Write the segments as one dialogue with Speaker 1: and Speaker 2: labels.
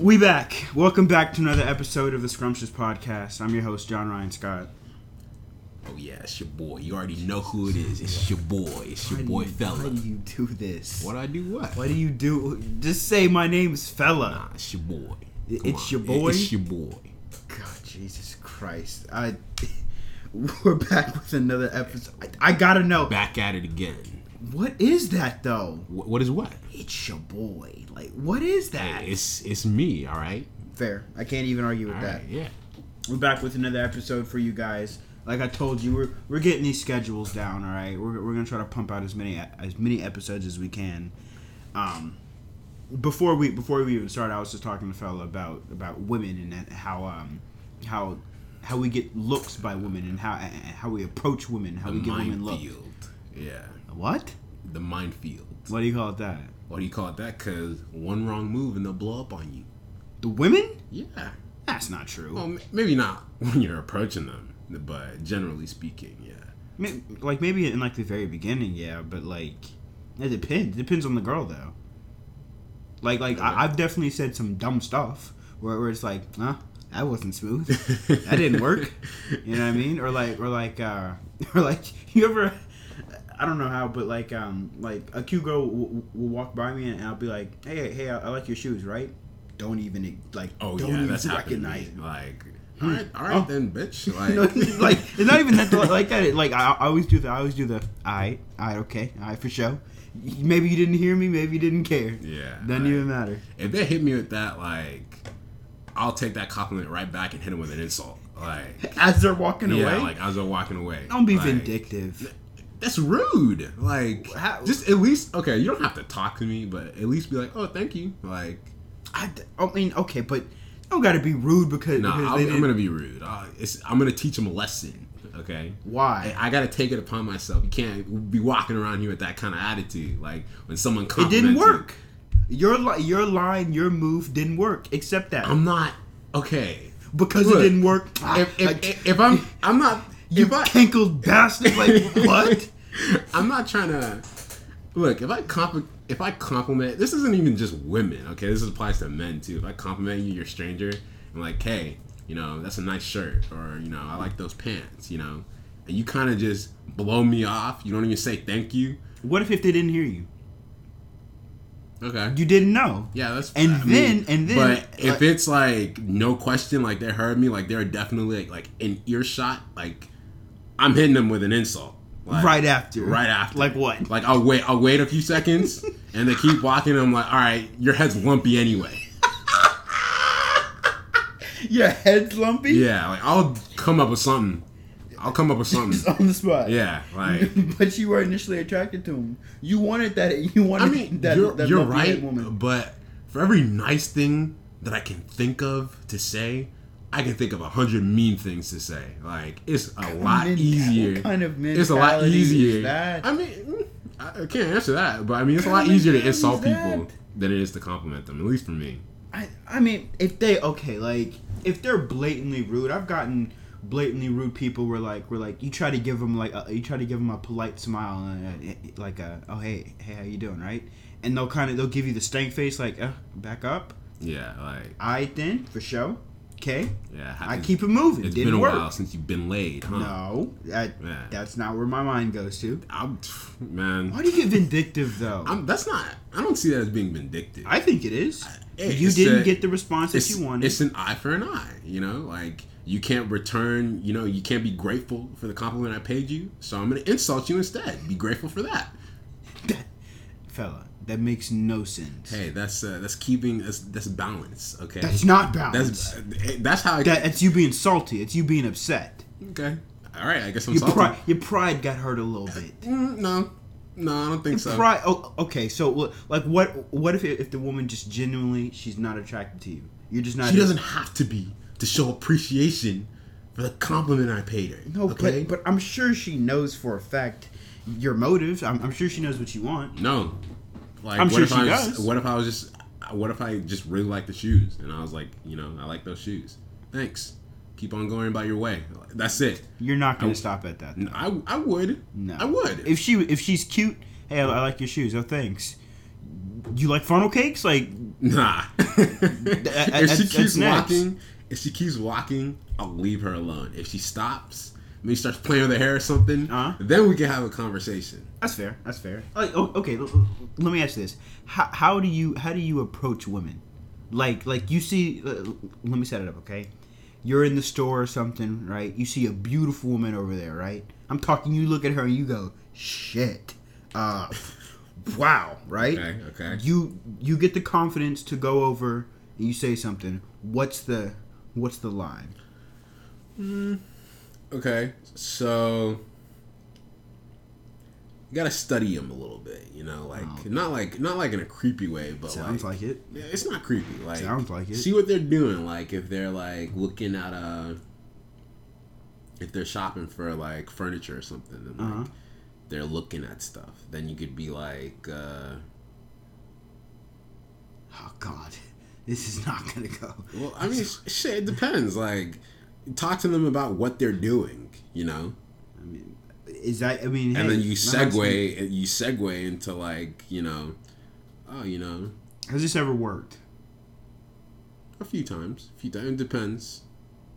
Speaker 1: We back. Welcome back to another episode of the Scrumptious Podcast. I'm your host, John Ryan Scott.
Speaker 2: Oh yeah, it's your boy. You already know who it is. It's your boy. It's your
Speaker 1: Why do
Speaker 2: boy
Speaker 1: you-
Speaker 2: Fella.
Speaker 1: Why do you do this?
Speaker 2: what I do? What?
Speaker 1: Why do you do? Just say my name's Fella.
Speaker 2: Nah, it's your boy.
Speaker 1: It-
Speaker 2: Come
Speaker 1: it's your
Speaker 2: It-
Speaker 1: boy?
Speaker 2: It's your boy.
Speaker 1: Ah, God, Jesus Christ! I we're back with another episode. I, I gotta know
Speaker 2: Back at it again.
Speaker 1: what is that though?
Speaker 2: Wh- what is what?
Speaker 1: It's your boy. Like, what is that?
Speaker 2: It's it's me. All right.
Speaker 1: Fair. I can't even argue with
Speaker 2: All
Speaker 1: that.
Speaker 2: right. Yeah.
Speaker 1: We're back with another episode for you guys. Like I told you, we're we're getting these schedules down. All right, we're we're gonna try to pump out as many as many episodes as we can. Um, before we before we even started, I was just talking to fella about about women and that- how um how how we get looks by women and how and how we approach women, how we get women look.
Speaker 2: minefield. Yeah.
Speaker 1: What?
Speaker 2: The minefield.
Speaker 1: What do you call it that?
Speaker 2: What do you call it that? Cause one wrong move and they'll blow up on you.
Speaker 1: The women?
Speaker 2: Yeah.
Speaker 1: That's not true.
Speaker 2: Well, m- maybe not when you're approaching them, but generally speaking, yeah.
Speaker 1: May- like maybe in like the very beginning, yeah, but like it depends. depends on the girl though. Like like
Speaker 2: Yeah.
Speaker 1: I, I've definitely said some dumb stuff where, where it's like, huh, that wasn't smooth. that didn't work. You know what I mean? Or like or like uh or like you ever I don't know how, but like um like a cute girl w- w- will walk by me and I'll be like, hey hey I, I like your shoes, right? Don't even like
Speaker 2: Oh
Speaker 1: don't
Speaker 2: yeah,
Speaker 1: even
Speaker 2: that's happened to
Speaker 1: recognize
Speaker 2: me. Like, all right, all right
Speaker 1: Oh.
Speaker 2: then, bitch.
Speaker 1: You know,
Speaker 2: Like,
Speaker 1: like it's not even that like that. Like I, I always do the I always do the I I okay I for show. Maybe you didn't hear me. Maybe you didn't care.
Speaker 2: yeah.
Speaker 1: Doesn't
Speaker 2: like,
Speaker 1: even matter.
Speaker 2: If they hit me with that, like, I'll take that compliment right back and hit them with an insult. Like,
Speaker 1: As they're walking
Speaker 2: yeah,
Speaker 1: away,
Speaker 2: like as they're walking away.
Speaker 1: don't be
Speaker 2: Like,
Speaker 1: vindictive.
Speaker 2: That's rude. Like,
Speaker 1: How-
Speaker 2: just at least okay. You don't have to talk to me, but at least be like, oh, thank you. Like,
Speaker 1: I, d- I mean, okay, but I don't got to be rude because,
Speaker 2: nah,
Speaker 1: because
Speaker 2: I'll,
Speaker 1: they
Speaker 2: I'm
Speaker 1: didn't.
Speaker 2: gonna be rude. I'll, it's, I'm gonna teach them a lesson. Okay.
Speaker 1: why?
Speaker 2: I, I gotta take it upon myself. You can't be walking around here with that kind of attitude. Like when someone
Speaker 1: It
Speaker 2: compliments
Speaker 1: didn't
Speaker 2: you.
Speaker 1: work. Your li- your line, your move didn't work. Accept that
Speaker 2: I'm not okay.
Speaker 1: because
Speaker 2: Look,
Speaker 1: it didn't work. ah,
Speaker 2: If, if,
Speaker 1: like,
Speaker 2: if I'm I'm not
Speaker 1: you
Speaker 2: if I,
Speaker 1: cankled bastard! Like what?
Speaker 2: I'm not trying to look if I comp if I compliment this isn't even just women okay this applies to men too if I compliment you you're a stranger I'm like hey you know that's a nice shirt or you know I like those pants you know and you kind of just blow me off you don't even say thank you
Speaker 1: What if if they didn't hear you?
Speaker 2: okay
Speaker 1: You didn't know.
Speaker 2: yeah that's
Speaker 1: And
Speaker 2: I mean,
Speaker 1: then- and then,
Speaker 2: but if
Speaker 1: like-
Speaker 2: it's like no question like they heard me like they're definitely like, like in earshot like I'm hitting them with an insult Like,
Speaker 1: right after.
Speaker 2: right after.
Speaker 1: Like what?
Speaker 2: Like I'll wait, I'll wait a few seconds, and they keep walking. And I'm like, all right, your head's lumpy anyway.
Speaker 1: Your head's lumpy?
Speaker 2: Yeah, like I'll come up with something. I'll come up with
Speaker 1: Just
Speaker 2: something.
Speaker 1: on the spot.
Speaker 2: Yeah, like
Speaker 1: but you were initially attracted to him. You wanted that. You wanted
Speaker 2: I mean,
Speaker 1: that.
Speaker 2: you're,
Speaker 1: that
Speaker 2: you're
Speaker 1: lumpy head
Speaker 2: right. But for every nice thing that I can think of to say, I can think of a hundred mean things to say. Like it's a lot
Speaker 1: men-
Speaker 2: easier.
Speaker 1: what kind of
Speaker 2: It's a lot
Speaker 1: mentality is
Speaker 2: easier.
Speaker 1: that?
Speaker 2: I mean, mm, I I can't answer that, but I mean, it's a lot
Speaker 1: kind of
Speaker 2: easier to
Speaker 1: mentality is
Speaker 2: insult people
Speaker 1: that?
Speaker 2: than it is to compliment them. At least for me.
Speaker 1: I, I mean, if they okay, like if they're blatantly rude, I've gotten blatantly rude people where like we're like you try to give them like a, you try to give them a polite smile and uh, like a oh hey hey how you doing right, and they'll kind of they'll give you the stank face like uh, back up,
Speaker 2: Yeah, like
Speaker 1: I then for sure, okay,
Speaker 2: yeah.
Speaker 1: I
Speaker 2: it's-
Speaker 1: keep it moving.
Speaker 2: It's
Speaker 1: Didn't
Speaker 2: been a
Speaker 1: work.
Speaker 2: while since you've been laid, huh?
Speaker 1: No, that,
Speaker 2: Yeah.
Speaker 1: that's not where my mind goes to.
Speaker 2: I'm, man,
Speaker 1: Why do you get vindictive though? i
Speaker 2: I'm, that's not. I don't see that as being vindictive.
Speaker 1: think it is.
Speaker 2: Hey,
Speaker 1: you
Speaker 2: it's
Speaker 1: didn't
Speaker 2: a-
Speaker 1: get the response that
Speaker 2: it's,
Speaker 1: you wanted.
Speaker 2: it's an eye for an eye. You know, like you can't return. You know, you can't be grateful for the compliment I paid you. So I'm gonna insult you instead. Be grateful for that.
Speaker 1: Fella, that makes no sense.
Speaker 2: Hey, that's uh, that's keeping that's that's balance. Okay,
Speaker 1: That's not
Speaker 2: that's eh,
Speaker 1: balance.
Speaker 2: that's how. I,
Speaker 1: That, that's you being salty. It's you being upset.
Speaker 2: okay, all right. I guess I'm
Speaker 1: Your,
Speaker 2: salty.
Speaker 1: pri- your pride got hurt a little bit.
Speaker 2: Mm, no, no, I don't think so.
Speaker 1: Pride. Oh, okay, so well, like, what? What if if the woman just genuinely she's not attracted to you? You're just not.
Speaker 2: She doesn't have to be to show appreciation for the compliment I paid her.
Speaker 1: No,
Speaker 2: okay?
Speaker 1: but but I'm sure she knows for a fact your motives. I'm, I'm sure she knows what you want.
Speaker 2: no. Like,
Speaker 1: I'm
Speaker 2: what
Speaker 1: sure
Speaker 2: if
Speaker 1: she
Speaker 2: I was-
Speaker 1: does.
Speaker 2: What if I was just? What if I just really like the shoes, and I was like, you know, I like those shoes. Thanks. Keep on going about your way. That's it.
Speaker 1: You're not gonna stop at that.
Speaker 2: And I I would.
Speaker 1: No,
Speaker 2: I would.
Speaker 1: If she if she's cute, hey, I, I like your shoes. Oh, thanks. you like funnel cakes? Like,
Speaker 2: Nah. if
Speaker 1: that's-
Speaker 2: she
Speaker 1: that's
Speaker 2: keeps
Speaker 1: next.
Speaker 2: walking, if she keeps walking, I'll leave her alone. If she stops, maybe starts playing with her hair or something,
Speaker 1: Uh-huh.
Speaker 2: then we can have a conversation.
Speaker 1: that's fair. That's fair. Like, oh, okay, l- l- let me ask you this: how, how do you how do you approach women? Like, like you see, l- l- let me set it up, okay? You're in the store or something, right? You see a beautiful woman over there, right? I'm talking. You look at her and you go, "Shit, uh, wow," right?
Speaker 2: Okay, okay.
Speaker 1: You you get the confidence to go over and you say something. What's the what's the line?
Speaker 2: Okay, so you gotta study him a little bit, you know, like
Speaker 1: Oh.
Speaker 2: not like not like in a creepy way, but
Speaker 1: Sounds
Speaker 2: like,
Speaker 1: like it.
Speaker 2: Yeah, it's not creepy. Like
Speaker 1: Sounds like it.
Speaker 2: See what they're doing. Like if they're like looking at a, if they're shopping for like furniture or something, and, like,
Speaker 1: Uh-huh.
Speaker 2: they're looking at stuff. Then you could be like, uh,
Speaker 1: Oh God, this is not gonna go.
Speaker 2: well, I mean, sh- shit. It depends. Like, talk to them about what they're doing. You know.
Speaker 1: I mean, is that? I mean,
Speaker 2: and
Speaker 1: hey,
Speaker 2: then you
Speaker 1: not much-
Speaker 2: segue and you segue into like you know oh you know
Speaker 1: Has this ever worked?
Speaker 2: a few times a few times it depends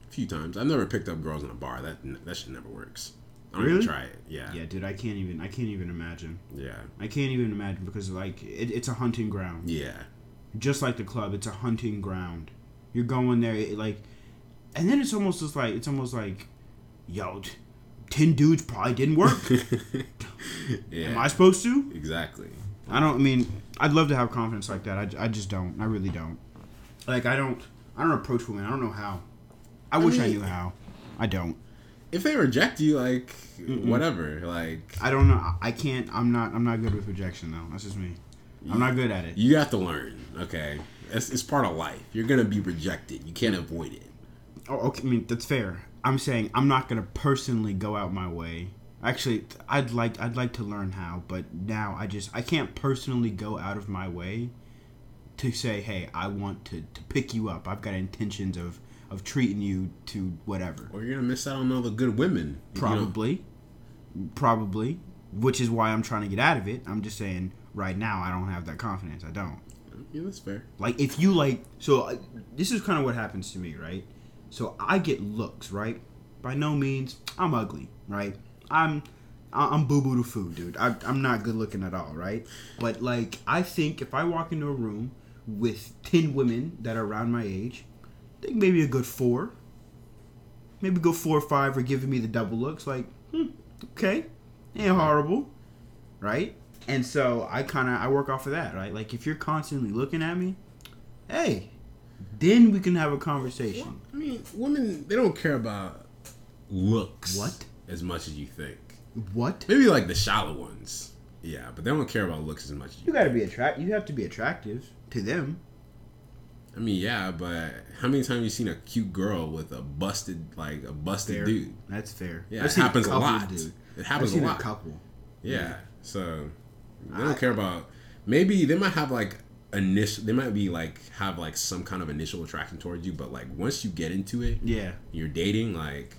Speaker 2: a few times i've never picked up girls in a bar that that shit never works i don't
Speaker 1: Really?
Speaker 2: even try it yeah
Speaker 1: Yeah,
Speaker 2: yeah
Speaker 1: dude, I can't even. I can't even imagine.
Speaker 2: yeah,
Speaker 1: I can't even imagine because like it, it's a hunting ground. Just like the club, it's a hunting ground. You're going there it, like, and then it's almost just like it's almost like, yo, t- ten dudes probably didn't work.
Speaker 2: Yeah,
Speaker 1: Am I supposed to?
Speaker 2: exactly
Speaker 1: I don't. I mean, I'd love to have confidence like that. I, I just don't. I really don't. Like I don't. I don't approach women. I don't know how. I, wish I
Speaker 2: mean-
Speaker 1: knew how. I don't.
Speaker 2: if they reject you like whatever like
Speaker 1: I don't know. I, I can't. I'm not. I'm not good with rejection though. That's just me. I'm not good at it.
Speaker 2: you have to learn okay it's, it's part of life you're gonna be rejected you can't avoid it
Speaker 1: Oh, okay. I mean, that's fair. I'm saying I'm not gonna personally go out my way. Actually, th- I'd like. I'd like to learn how, but now I just. I can't personally go out of my way to say, hey, I want to to pick you up. I've got intentions of of treating you to whatever.
Speaker 2: or you're gonna miss out on all the good women if you don't-
Speaker 1: Probably. Probably. Which is why I'm trying to get out of it. I'm just saying right now I don't have that confidence. I don't.
Speaker 2: yeah that's fair
Speaker 1: Like if you like so I, this is kind of what happens to me, right? So I get looks, right? By no means I'm ugly, right? I'm I- I'm boo boo to food, dude. I, I'm not good looking at all, right? But like I think if I walk into a room with 10 women that are around my age, I think maybe a good 4 maybe go four or five are giving me the double looks like hmm, okay ain't horrible right and so i kind of i work off of that right like if you're constantly looking at me hey then we can have a conversation
Speaker 2: I mean, women they don't care about looks
Speaker 1: What?
Speaker 2: as much as you think.
Speaker 1: what
Speaker 2: Maybe like the shallow ones. Yeah, but they don't care about looks as much as you.
Speaker 1: you gotta be attract you have to be attractive to them
Speaker 2: I mean, yeah, but how many times you seen a cute girl with a busted like a busted
Speaker 1: Fair.
Speaker 2: dude?
Speaker 1: that's fair
Speaker 2: Yeah,
Speaker 1: I've
Speaker 2: it
Speaker 1: seen
Speaker 2: happens a
Speaker 1: couple,
Speaker 2: lot.
Speaker 1: dude.
Speaker 2: It
Speaker 1: i've
Speaker 2: happens a
Speaker 1: seen a,
Speaker 2: lot.
Speaker 1: couple
Speaker 2: Yeah, so they
Speaker 1: I-
Speaker 2: don't care about. Maybe they might have like initial. They might be like have like some kind of initial attraction towards you, but like once you get into it,
Speaker 1: yeah
Speaker 2: you're dating like.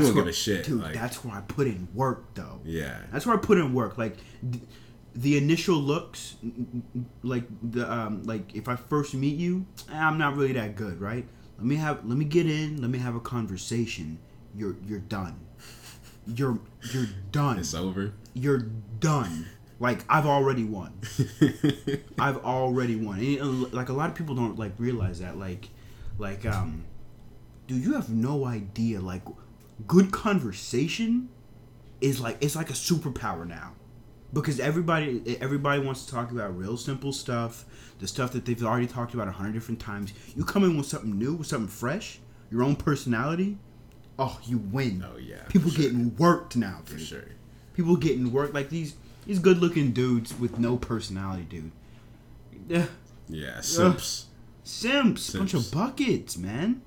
Speaker 1: that's
Speaker 2: you don't
Speaker 1: where,
Speaker 2: give a shit.
Speaker 1: dude
Speaker 2: like,
Speaker 1: that's where i put in work though
Speaker 2: yeah.
Speaker 1: That's where I put in work. Like th- the initial looks, n- n- n- like the um, like if I first meet you, eh, I'm not really that good, right? Let me have, let me get in, let me have a conversation. You're you're done. You're you're done.
Speaker 2: It's over.
Speaker 1: You're done. Like I've already won. I've already won. And, uh, like a lot of people don't like realize that. Like, like um, dude, you have no idea. Like, good conversation is like it's like a superpower now, because everybody everybody wants to talk about real simple stuff, the stuff that they've already talked about a hundred different times. You come in with something new, with something fresh, your own personality. Oh, you win.
Speaker 2: Oh, yeah, for
Speaker 1: People
Speaker 2: sure.
Speaker 1: getting worked now.
Speaker 2: For
Speaker 1: dude
Speaker 2: sure.
Speaker 1: people getting work like these these good looking dudes with no personality, dude. Yeah,
Speaker 2: Yeah, simps.
Speaker 1: simps, bunch of
Speaker 2: Simps.
Speaker 1: buckets, man.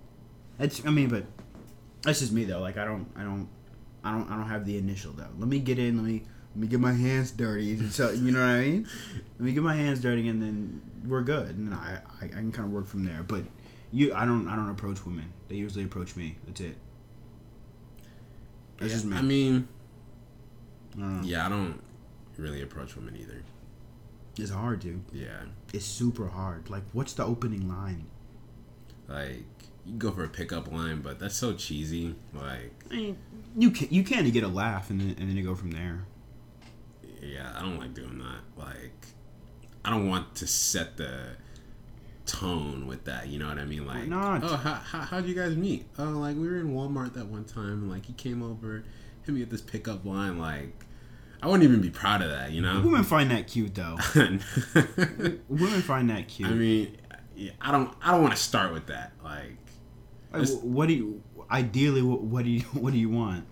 Speaker 1: That's I mean, but that's just me though. Like I don't, I don't, I don't, I don't have the initial though. Let me get in. Let me let me get my hands dirty. and So you know what I mean? Let me get my hands dirty, and then we're good. And I I, I can kind of work from there. But you, I don't, I don't approach women. They usually approach me. That's it. That's just me.
Speaker 2: I mean,
Speaker 1: I don't know.
Speaker 2: yeah, I don't really approach women either.
Speaker 1: It's hard, dude.
Speaker 2: Yeah.
Speaker 1: It's super hard. Like, what's the opening line?
Speaker 2: Like you can go for a pickup line, but that's so cheesy. Like
Speaker 1: You can you can to get a laugh and then and then you go from there.
Speaker 2: yeah, I don't like doing that. Like I don't want to set the tone with that. You know what I mean? Like
Speaker 1: not?
Speaker 2: oh, how how how'd you guys meet? Oh, like we were in Walmart that one time, and like he came over, hit me with this pickup line. Like I wouldn't even be proud of that. You know.
Speaker 1: Women find that cute though. Women find that cute.
Speaker 2: I mean, yeah, I don't I don't want to start with that. Like
Speaker 1: Like, wh- what do you ideally? What, what do you what do you want?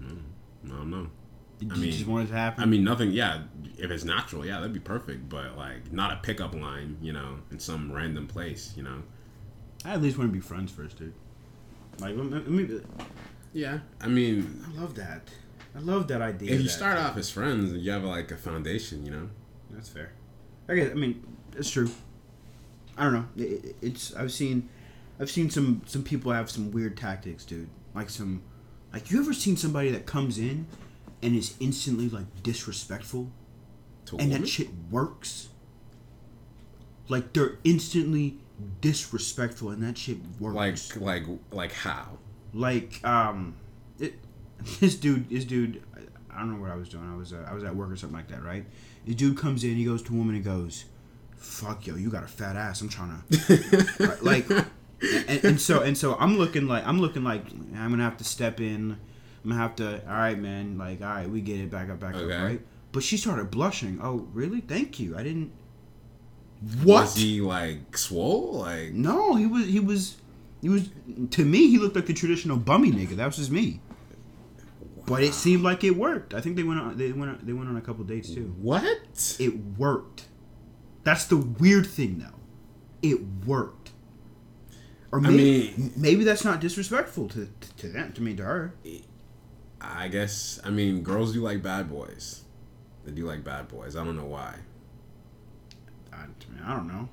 Speaker 2: Mm, I don't know.
Speaker 1: Do you
Speaker 2: mean-
Speaker 1: just want it to happen?
Speaker 2: I mean, nothing. Yeah, if it's natural, yeah, that'd be perfect. But like, not a pickup line, you know, in some random place, you know.
Speaker 1: I at least want to be friends first, dude. Like, let me, let me,
Speaker 2: Yeah. I mean,
Speaker 1: I love that. I love that idea.
Speaker 2: if you
Speaker 1: that-
Speaker 2: start off as friends, you have like a foundation, you know.
Speaker 1: That's fair. I guess. I mean, it's true. I don't know. It, it- it's. I've seen, I've seen some some people have some weird tactics, dude. Like some, like you ever seen somebody that comes in, and is instantly like disrespectful,
Speaker 2: To a
Speaker 1: and
Speaker 2: woman.
Speaker 1: that shit works. Like they're instantly disrespectful, and that shit works.
Speaker 2: like, like, like how?
Speaker 1: like um it, this dude this dude I- i don't know what i was doing i was uh, i was at work or something like that right this dude comes in he goes to a woman and goes fuck yo you got a fat ass i'm trying to like and, and so and so i'm looking like i'm looking like i'm gonna have to step in i'm gonna have to all right man like all right we get it back up back
Speaker 2: Okay.
Speaker 1: up right but she started blushing oh really thank you i didn't
Speaker 2: Was he like swole? Like,
Speaker 1: no he was he was he was to me he looked like the traditional bummy nigga that was just me But it seemed like it worked. I think they went on. They went. On, they went on a couple dates too.
Speaker 2: what?
Speaker 1: It worked. That's the weird thing, though. It worked. Or maybe,
Speaker 2: mean-
Speaker 1: maybe that's not disrespectful to, to to them. To me, to her.
Speaker 2: I guess. I mean, girls do like bad boys. They do like bad boys. I don't know why.
Speaker 1: I, I mean, I don't know.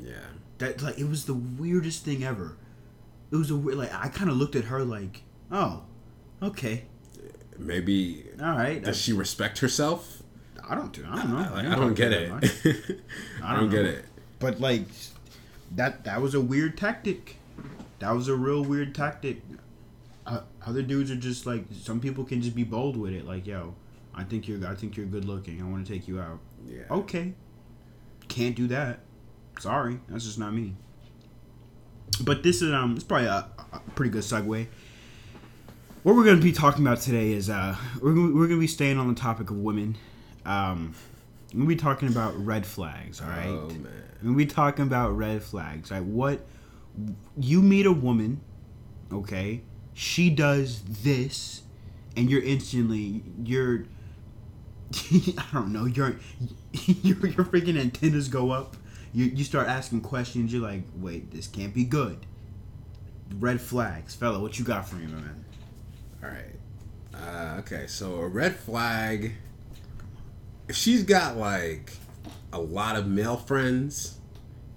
Speaker 2: Yeah.
Speaker 1: That like it was the weirdest thing ever. It was a weird. Like I kind of looked at her like, oh, okay,
Speaker 2: Maybe.
Speaker 1: all right.
Speaker 2: Does she respect herself?
Speaker 1: I, I don't. I don't know.
Speaker 2: Like,
Speaker 1: I'm
Speaker 2: I don't
Speaker 1: not
Speaker 2: get
Speaker 1: that
Speaker 2: it.
Speaker 1: much.
Speaker 2: I don't
Speaker 1: know.
Speaker 2: get it.
Speaker 1: But like that that was a weird tactic. That was a real weird tactic. Uh, other dudes are just like some people can just be bold with it. Like, yo, I think you're I think you're good looking. I want to take you out.
Speaker 2: Yeah.
Speaker 1: Okay, can't do that. Sorry, that's just not me. But this is um, it's probably a, a pretty good segue. What we're gonna be talking about today is uh, we're gonna, we're gonna be staying on the topic of women. Um, we'll be talking about red flags. All right.
Speaker 2: Oh man.
Speaker 1: When we talking about red flags, like what you meet a woman, okay, she does this, and you're instantly you're I don't know, your your your freaking antennas go up. You you start asking questions, you're like, wait, this can't be good. Red flags, fella, what you got for me, my man?
Speaker 2: All right. Uh, okay, so a red flag. If she's got like a lot of male friends,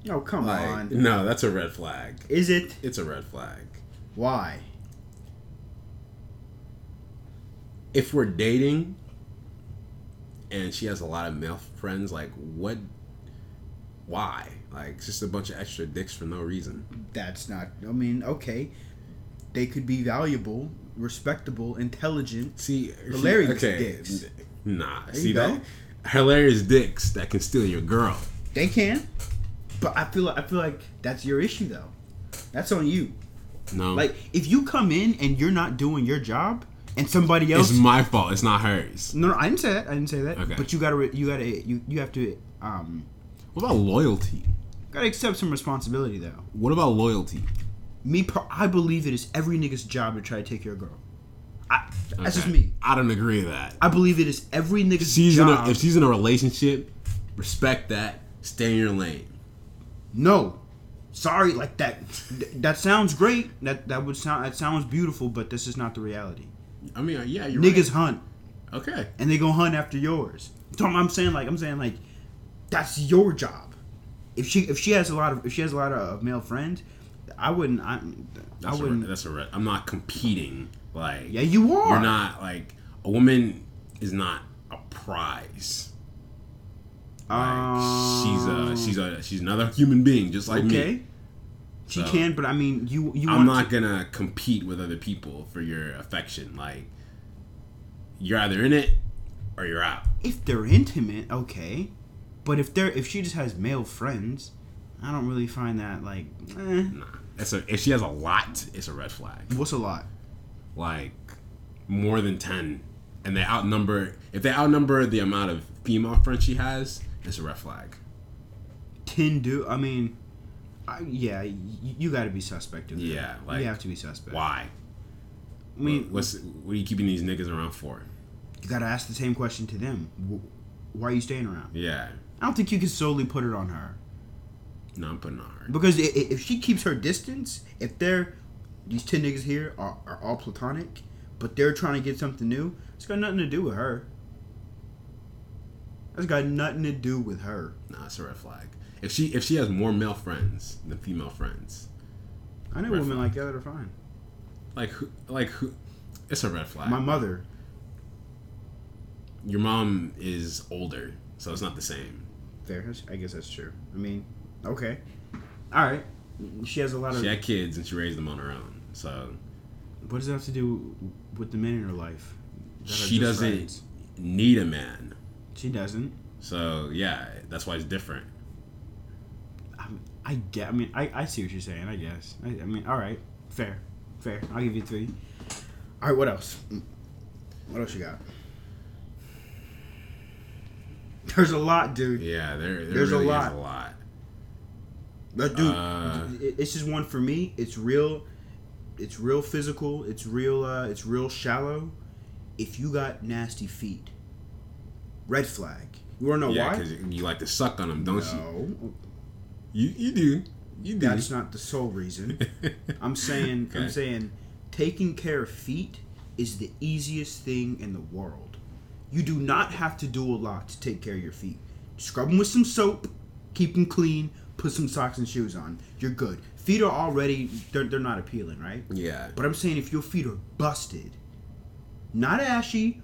Speaker 1: Oh come
Speaker 2: like
Speaker 1: on.
Speaker 2: no, that's a red flag.
Speaker 1: Is it?
Speaker 2: It's a red flag.
Speaker 1: Why?
Speaker 2: If we're dating and she has a lot of male friends, like what? Why? Like it's just a bunch of extra dicks for no reason.
Speaker 1: That's not I mean, okay. They could be valuable, respectable, intelligent.
Speaker 2: See,
Speaker 1: Hilarious dicks.
Speaker 2: Nah,
Speaker 1: you
Speaker 2: see
Speaker 1: go.
Speaker 2: that? Hilarious dicks that can steal your girl.
Speaker 1: They can, but I feel like I feel like that's your issue though. That's on you.
Speaker 2: No,
Speaker 1: Like if you come in and you're not doing your job, and somebody else.
Speaker 2: it's my fault. It's not hers.
Speaker 1: no, no, I didn't say that. I didn't say that.
Speaker 2: Okay.
Speaker 1: But you gotta, re- you gotta, you you have to, um,
Speaker 2: What about loyalty?
Speaker 1: gotta accept some responsibility though.
Speaker 2: What about loyalty?
Speaker 1: Me, per- I believe it is every nigga's job to try to take your girl. I, that's just
Speaker 2: Okay.
Speaker 1: me.
Speaker 2: I don't agree with that.
Speaker 1: I believe it is every nigga's
Speaker 2: She's in
Speaker 1: job.
Speaker 2: a, if she's in a relationship, respect that. Stay in your lane.
Speaker 1: no, sorry, like that. th- That sounds great. That that would sound that sounds beautiful, but this is not the reality.
Speaker 2: I mean, uh, yeah, you're
Speaker 1: Niggas hunt.
Speaker 2: right. Okay.
Speaker 1: and they go hunt after yours. So I'm- I'm saying like I'm saying like that's your job. If she if she has a lot of if she has a lot of male friends, I wouldn't I, I
Speaker 2: That's
Speaker 1: wouldn't.
Speaker 2: A, that's a red. I'm not competing. Like
Speaker 1: yeah, you are.
Speaker 2: you're not like a woman is not a prize. Like, she's
Speaker 1: Oh.
Speaker 2: a she's a she's another human being just like
Speaker 1: okay.
Speaker 2: me.
Speaker 1: She
Speaker 2: So-
Speaker 1: can, but I mean, you you
Speaker 2: I'm
Speaker 1: want
Speaker 2: not
Speaker 1: to,
Speaker 2: gonna compete with other people for your affection. Like you're either in it or you're out.
Speaker 1: if they're intimate, okay. But if they're if she just has male friends, I don't really find that like eh.
Speaker 2: Nah. That's a, if she has a lot, it's a red flag.
Speaker 1: what's a lot.
Speaker 2: Like more than ten, and they outnumber if they outnumber the amount of female friends she has, it's a red flag.
Speaker 1: Ten do I mean, I, yeah, you, you got to be suspect of that.
Speaker 2: Yeah, like,
Speaker 1: you have to be suspect.
Speaker 2: Why?
Speaker 1: I mean,
Speaker 2: what's what are you keeping these niggas around for?
Speaker 1: you got to ask the same question to them. Wh- Why are you staying around?
Speaker 2: Yeah,
Speaker 1: I don't think you can solely put it on her
Speaker 2: no, I'm putting on her.
Speaker 1: because i- i- if she keeps her distance, if they're these ten niggas here are, are all platonic, but they're trying to get something new, it's got nothing to do with her. It's got nothing to do with her.
Speaker 2: Nah, it's a red flag. If she if she has more male friends than female friends,
Speaker 1: I know
Speaker 2: Red
Speaker 1: women
Speaker 2: flag.
Speaker 1: like that that are fine.
Speaker 2: like who like who, it's a red flag.
Speaker 1: My mother,
Speaker 2: Your mom is older, so it's not the same.
Speaker 1: there. that's- I guess that's true. I mean, okay, all right. She has a lot of.
Speaker 2: She had kids and she raised them on her own, so
Speaker 1: What does that have to do with the men in her life? that are
Speaker 2: she
Speaker 1: just
Speaker 2: doesn't
Speaker 1: friends?
Speaker 2: need a man.
Speaker 1: She doesn't.
Speaker 2: So yeah, that's why it's different.
Speaker 1: I'm- I get. I mean, I, I see what you're saying. I guess. I, I mean, all right, fair, fair. I'll give you three. All right, what else? Mm. What else you got? There's a lot, dude.
Speaker 2: Yeah, there, there
Speaker 1: There's a
Speaker 2: really
Speaker 1: lot.
Speaker 2: is a lot.
Speaker 1: Like, dude,
Speaker 2: Uh.
Speaker 1: it- it's just one for me. It's real. It's real physical. It's real. Uh, it's real shallow. If you got nasty feet, red flag. You wanna know
Speaker 2: yeah,
Speaker 1: why?
Speaker 2: because you like to suck on them, don't
Speaker 1: No,
Speaker 2: you? You you do, you do.
Speaker 1: that's not the sole reason. I'm saying, I'm
Speaker 2: Okay.
Speaker 1: saying, taking care of feet is the easiest thing in the world. You do not have to do a lot to take care of your feet. Scrub them with some soap, keep them clean, put some socks and shoes on. You're good. Feet are already they're, they're not appealing, right?
Speaker 2: yeah,
Speaker 1: But I'm saying if your feet are busted, not ashy,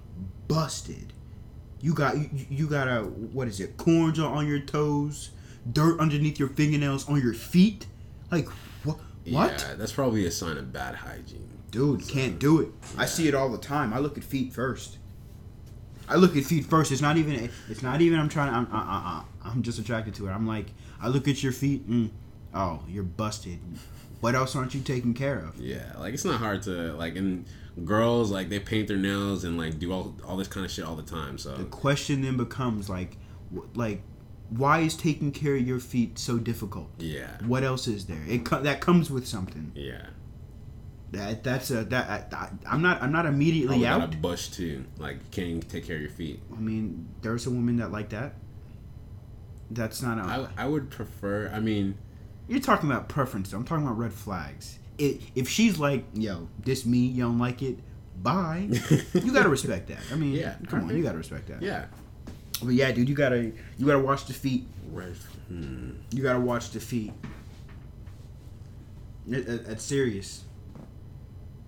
Speaker 1: busted, you got you, you got a what is it? Corns on on your toes, dirt underneath your fingernails on your feet. Like what? What?
Speaker 2: Yeah, that's probably a sign of bad hygiene.
Speaker 1: Dude, can't do it. I see it all the time. I look at feet first. I look at feet first. It's not even. It's not even. I'm trying. I'm. Uh, uh, uh, I'm just attracted to it. I'm like. I look at your feet. Mm, oh, you're busted. What else aren't you taking care of?
Speaker 2: Yeah, like it's not hard to like, and girls like they paint their nails and like do all all this kind of shit all the time.
Speaker 1: the
Speaker 2: So
Speaker 1: question then becomes like wh- like why is taking care of your feet so difficult
Speaker 2: yeah,
Speaker 1: what else is there it co- that comes with something
Speaker 2: yeah.
Speaker 1: that that's a that I, i'm not i'm not immediately
Speaker 2: Probably
Speaker 1: out
Speaker 2: got Oh, a bush too. Like you can't even take care of your feet.
Speaker 1: i mean there's a woman that like that that's not a
Speaker 2: I I would prefer. I mean,
Speaker 1: you're talking about preferences i'm talking about red flags it, if she's like yo this me you don't like it bye you gotta respect that i mean
Speaker 2: Yeah,
Speaker 1: come on
Speaker 2: alright.
Speaker 1: you gotta respect that
Speaker 2: yeah.
Speaker 1: but yeah dude you gotta you gotta watch the feet
Speaker 2: Right. Hmm.
Speaker 1: You gotta watch the feet. That- that- that's serious.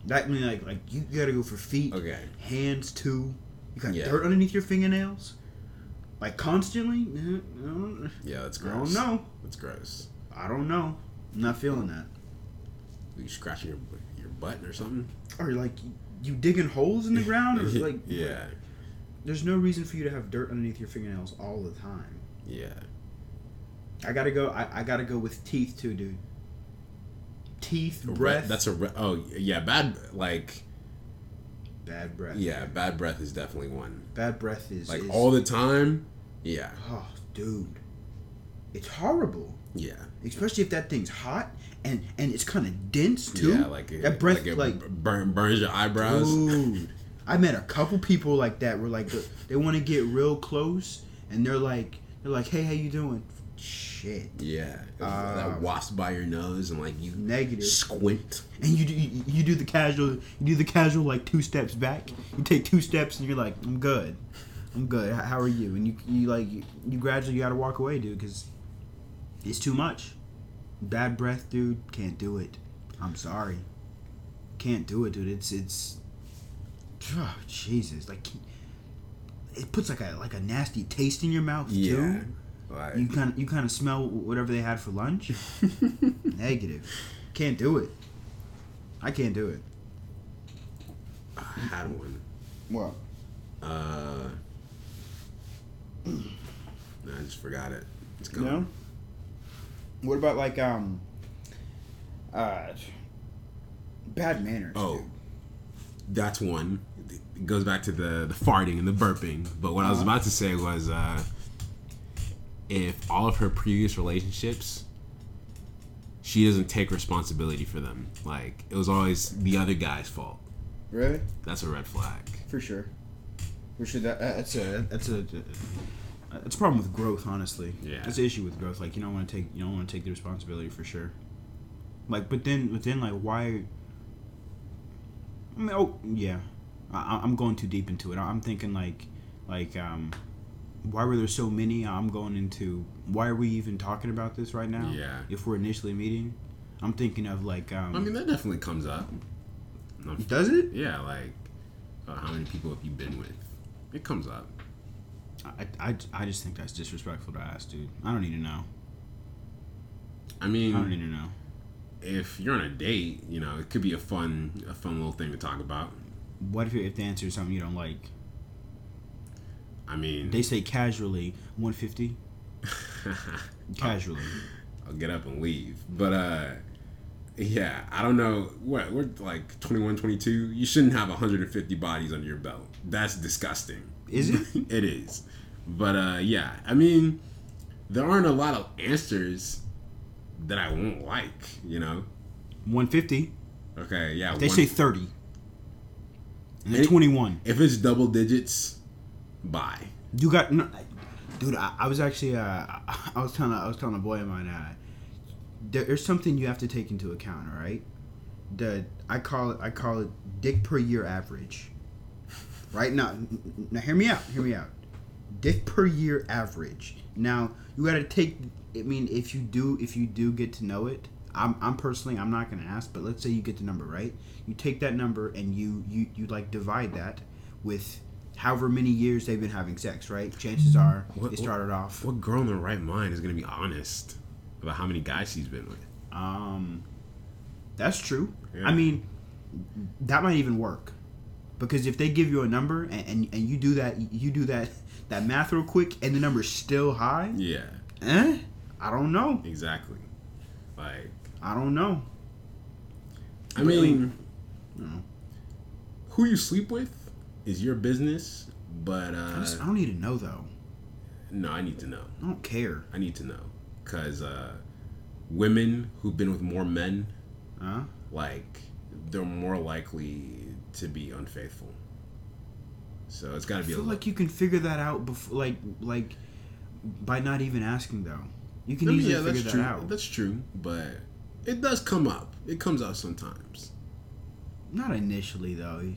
Speaker 1: That mean like like you gotta go for feet,
Speaker 2: Okay.
Speaker 1: hands too. You got
Speaker 2: Yeah.
Speaker 1: dirt underneath your fingernails, like constantly. Eh, I don't,
Speaker 2: Yeah, that's
Speaker 1: I don't
Speaker 2: gross.
Speaker 1: know.
Speaker 2: that's gross.
Speaker 1: I don't know. I'm not feeling that.
Speaker 2: You scratching your your butt or something?
Speaker 1: Or like you, you digging holes in the ground, or like
Speaker 2: yeah,
Speaker 1: There's no reason for you to have dirt underneath your fingernails all the time.
Speaker 2: yeah.
Speaker 1: I gotta go. I, I gotta go with teeth too, dude. Teeth,
Speaker 2: A re-
Speaker 1: breath.
Speaker 2: that's a re- oh yeah bad like
Speaker 1: bad breath.
Speaker 2: yeah bad breath is definitely one.
Speaker 1: Bad breath is
Speaker 2: like
Speaker 1: is-
Speaker 2: all the time. Yeah,
Speaker 1: Oh, dude, it's horrible.
Speaker 2: yeah,
Speaker 1: Especially if that thing's hot and and it's kind of dense too.
Speaker 2: yeah. Like it,
Speaker 1: that breath,
Speaker 2: like, it
Speaker 1: like,
Speaker 2: burn, burns your eyebrows.
Speaker 1: dude. I met a couple people like that where like the- they want to get real close and they're like they're like, hey, how you doing? Shit,
Speaker 2: Yeah,
Speaker 1: Uh,
Speaker 2: that wasp by your nose and like you
Speaker 1: negative.
Speaker 2: squint.
Speaker 1: And you do you, you do the casual you do the casual like two steps back. You take two steps and you're like, I'm good, I'm good. H- How are you? And you you like you, gradually got to walk away, dude, because it's too much. Bad breath, dude. Can't do it. I'm sorry. Can't do it, dude. It's it's. Oh, Jesus, like it puts like a like a nasty taste in your mouth
Speaker 2: Yeah.
Speaker 1: too.
Speaker 2: Like,
Speaker 1: You kind of you kind of smell whatever they had for lunch. Negative. Can't do it. I can't do it.
Speaker 2: I had one.
Speaker 1: What?
Speaker 2: Uh, I just forgot it. It's gone.
Speaker 1: No. What about like um, uh, bad manners?
Speaker 2: Oh, that's one. It goes back to the the farting and the burping. But what I was
Speaker 1: Uh-huh.
Speaker 2: about to say was, uh, if all of her previous relationships, she doesn't take responsibility for them. Like it was always the other guy's fault.
Speaker 1: dude. really?
Speaker 2: That's a red flag.
Speaker 1: For sure. For sure. That, uh, that's a that's a that's a problem with growth, honestly.
Speaker 2: Yeah.
Speaker 1: That's an issue with growth. Like you don't want to take you don't want to take the responsibility for sure. Like, but then but then like why? I mean, oh yeah, I, I- I'm going too deep into it. I'm thinking like like um. Why were there so many? I'm going into why are we even talking about this right now?
Speaker 2: Yeah.
Speaker 1: If we're initially meeting, I'm thinking of like um.
Speaker 2: I mean, that definitely comes up. I'm-
Speaker 1: does it?
Speaker 2: yeah, like uh, how many people have you been with? It comes up.
Speaker 1: I, I, I just think that's disrespectful to ask, dude. I don't need to know.
Speaker 2: I
Speaker 1: I
Speaker 2: mean,
Speaker 1: don't need to know.
Speaker 2: if you're on a date, you know, it could be a fun, a fun little thing to talk about.
Speaker 1: What if you- if the answer is something you don't like?
Speaker 2: I mean,
Speaker 1: They say casually 150. Casually.
Speaker 2: I'll get up and leave. But uh yeah, I don't know. What we're like 21, 22. You shouldn't have 150 bodies under your belt. That's disgusting.
Speaker 1: Is it?
Speaker 2: it is. But uh yeah, I mean, there aren't a lot of answers that I won't like, you know.
Speaker 1: 150.
Speaker 2: Okay, yeah.
Speaker 1: They
Speaker 2: one-
Speaker 1: say 30. And then
Speaker 2: Any-
Speaker 1: 21.
Speaker 2: if it's double digits, bye.
Speaker 1: You got no, dude. I, I was actually uh, I was telling I was telling a boy of mine uh, there, there's something you have to take into account. All right, the I call it I call it dick per year average. Right now, now hear me out. Hear me out. Dick per year average. Now you got to take. I mean, if you do, if you do get to know it, I'm, I'm personally, I'm not gonna ask, but let's say you get the number right. You take that number and you, you, you like divide that with however many years they've been having sex. Right? Chances are
Speaker 2: Mm-hmm. What-
Speaker 1: they started off.
Speaker 2: What girl in the right mind is going to be honest about how many guys she's been with?
Speaker 1: Um, that's true.
Speaker 2: Yeah.
Speaker 1: I mean, that might even work because if they give you a number and, and, and you do that, you do that that math real quick, and the number's still high.
Speaker 2: Yeah,
Speaker 1: Eh? I don't know.
Speaker 2: exactly. Like
Speaker 1: I don't know.
Speaker 2: I
Speaker 1: Really?
Speaker 2: mean,
Speaker 1: No.
Speaker 2: who you sleep with is your business, but
Speaker 1: I,
Speaker 2: uh,
Speaker 1: just, I don't need to know though.
Speaker 2: no, I need to know.
Speaker 1: I don't care.
Speaker 2: I need to know because uh, women who've been with more men,
Speaker 1: Huh?
Speaker 2: like they're more likely to be unfaithful. So it's got
Speaker 1: I
Speaker 2: to be a
Speaker 1: feel
Speaker 2: lo-
Speaker 1: like you can figure that out before, like, like by not even asking though. You
Speaker 2: I
Speaker 1: can
Speaker 2: mean,
Speaker 1: easily
Speaker 2: yeah,
Speaker 1: figure
Speaker 2: that's
Speaker 1: that
Speaker 2: true.
Speaker 1: out.
Speaker 2: That's true, but it does come up. It comes out sometimes.
Speaker 1: Not initially though. You,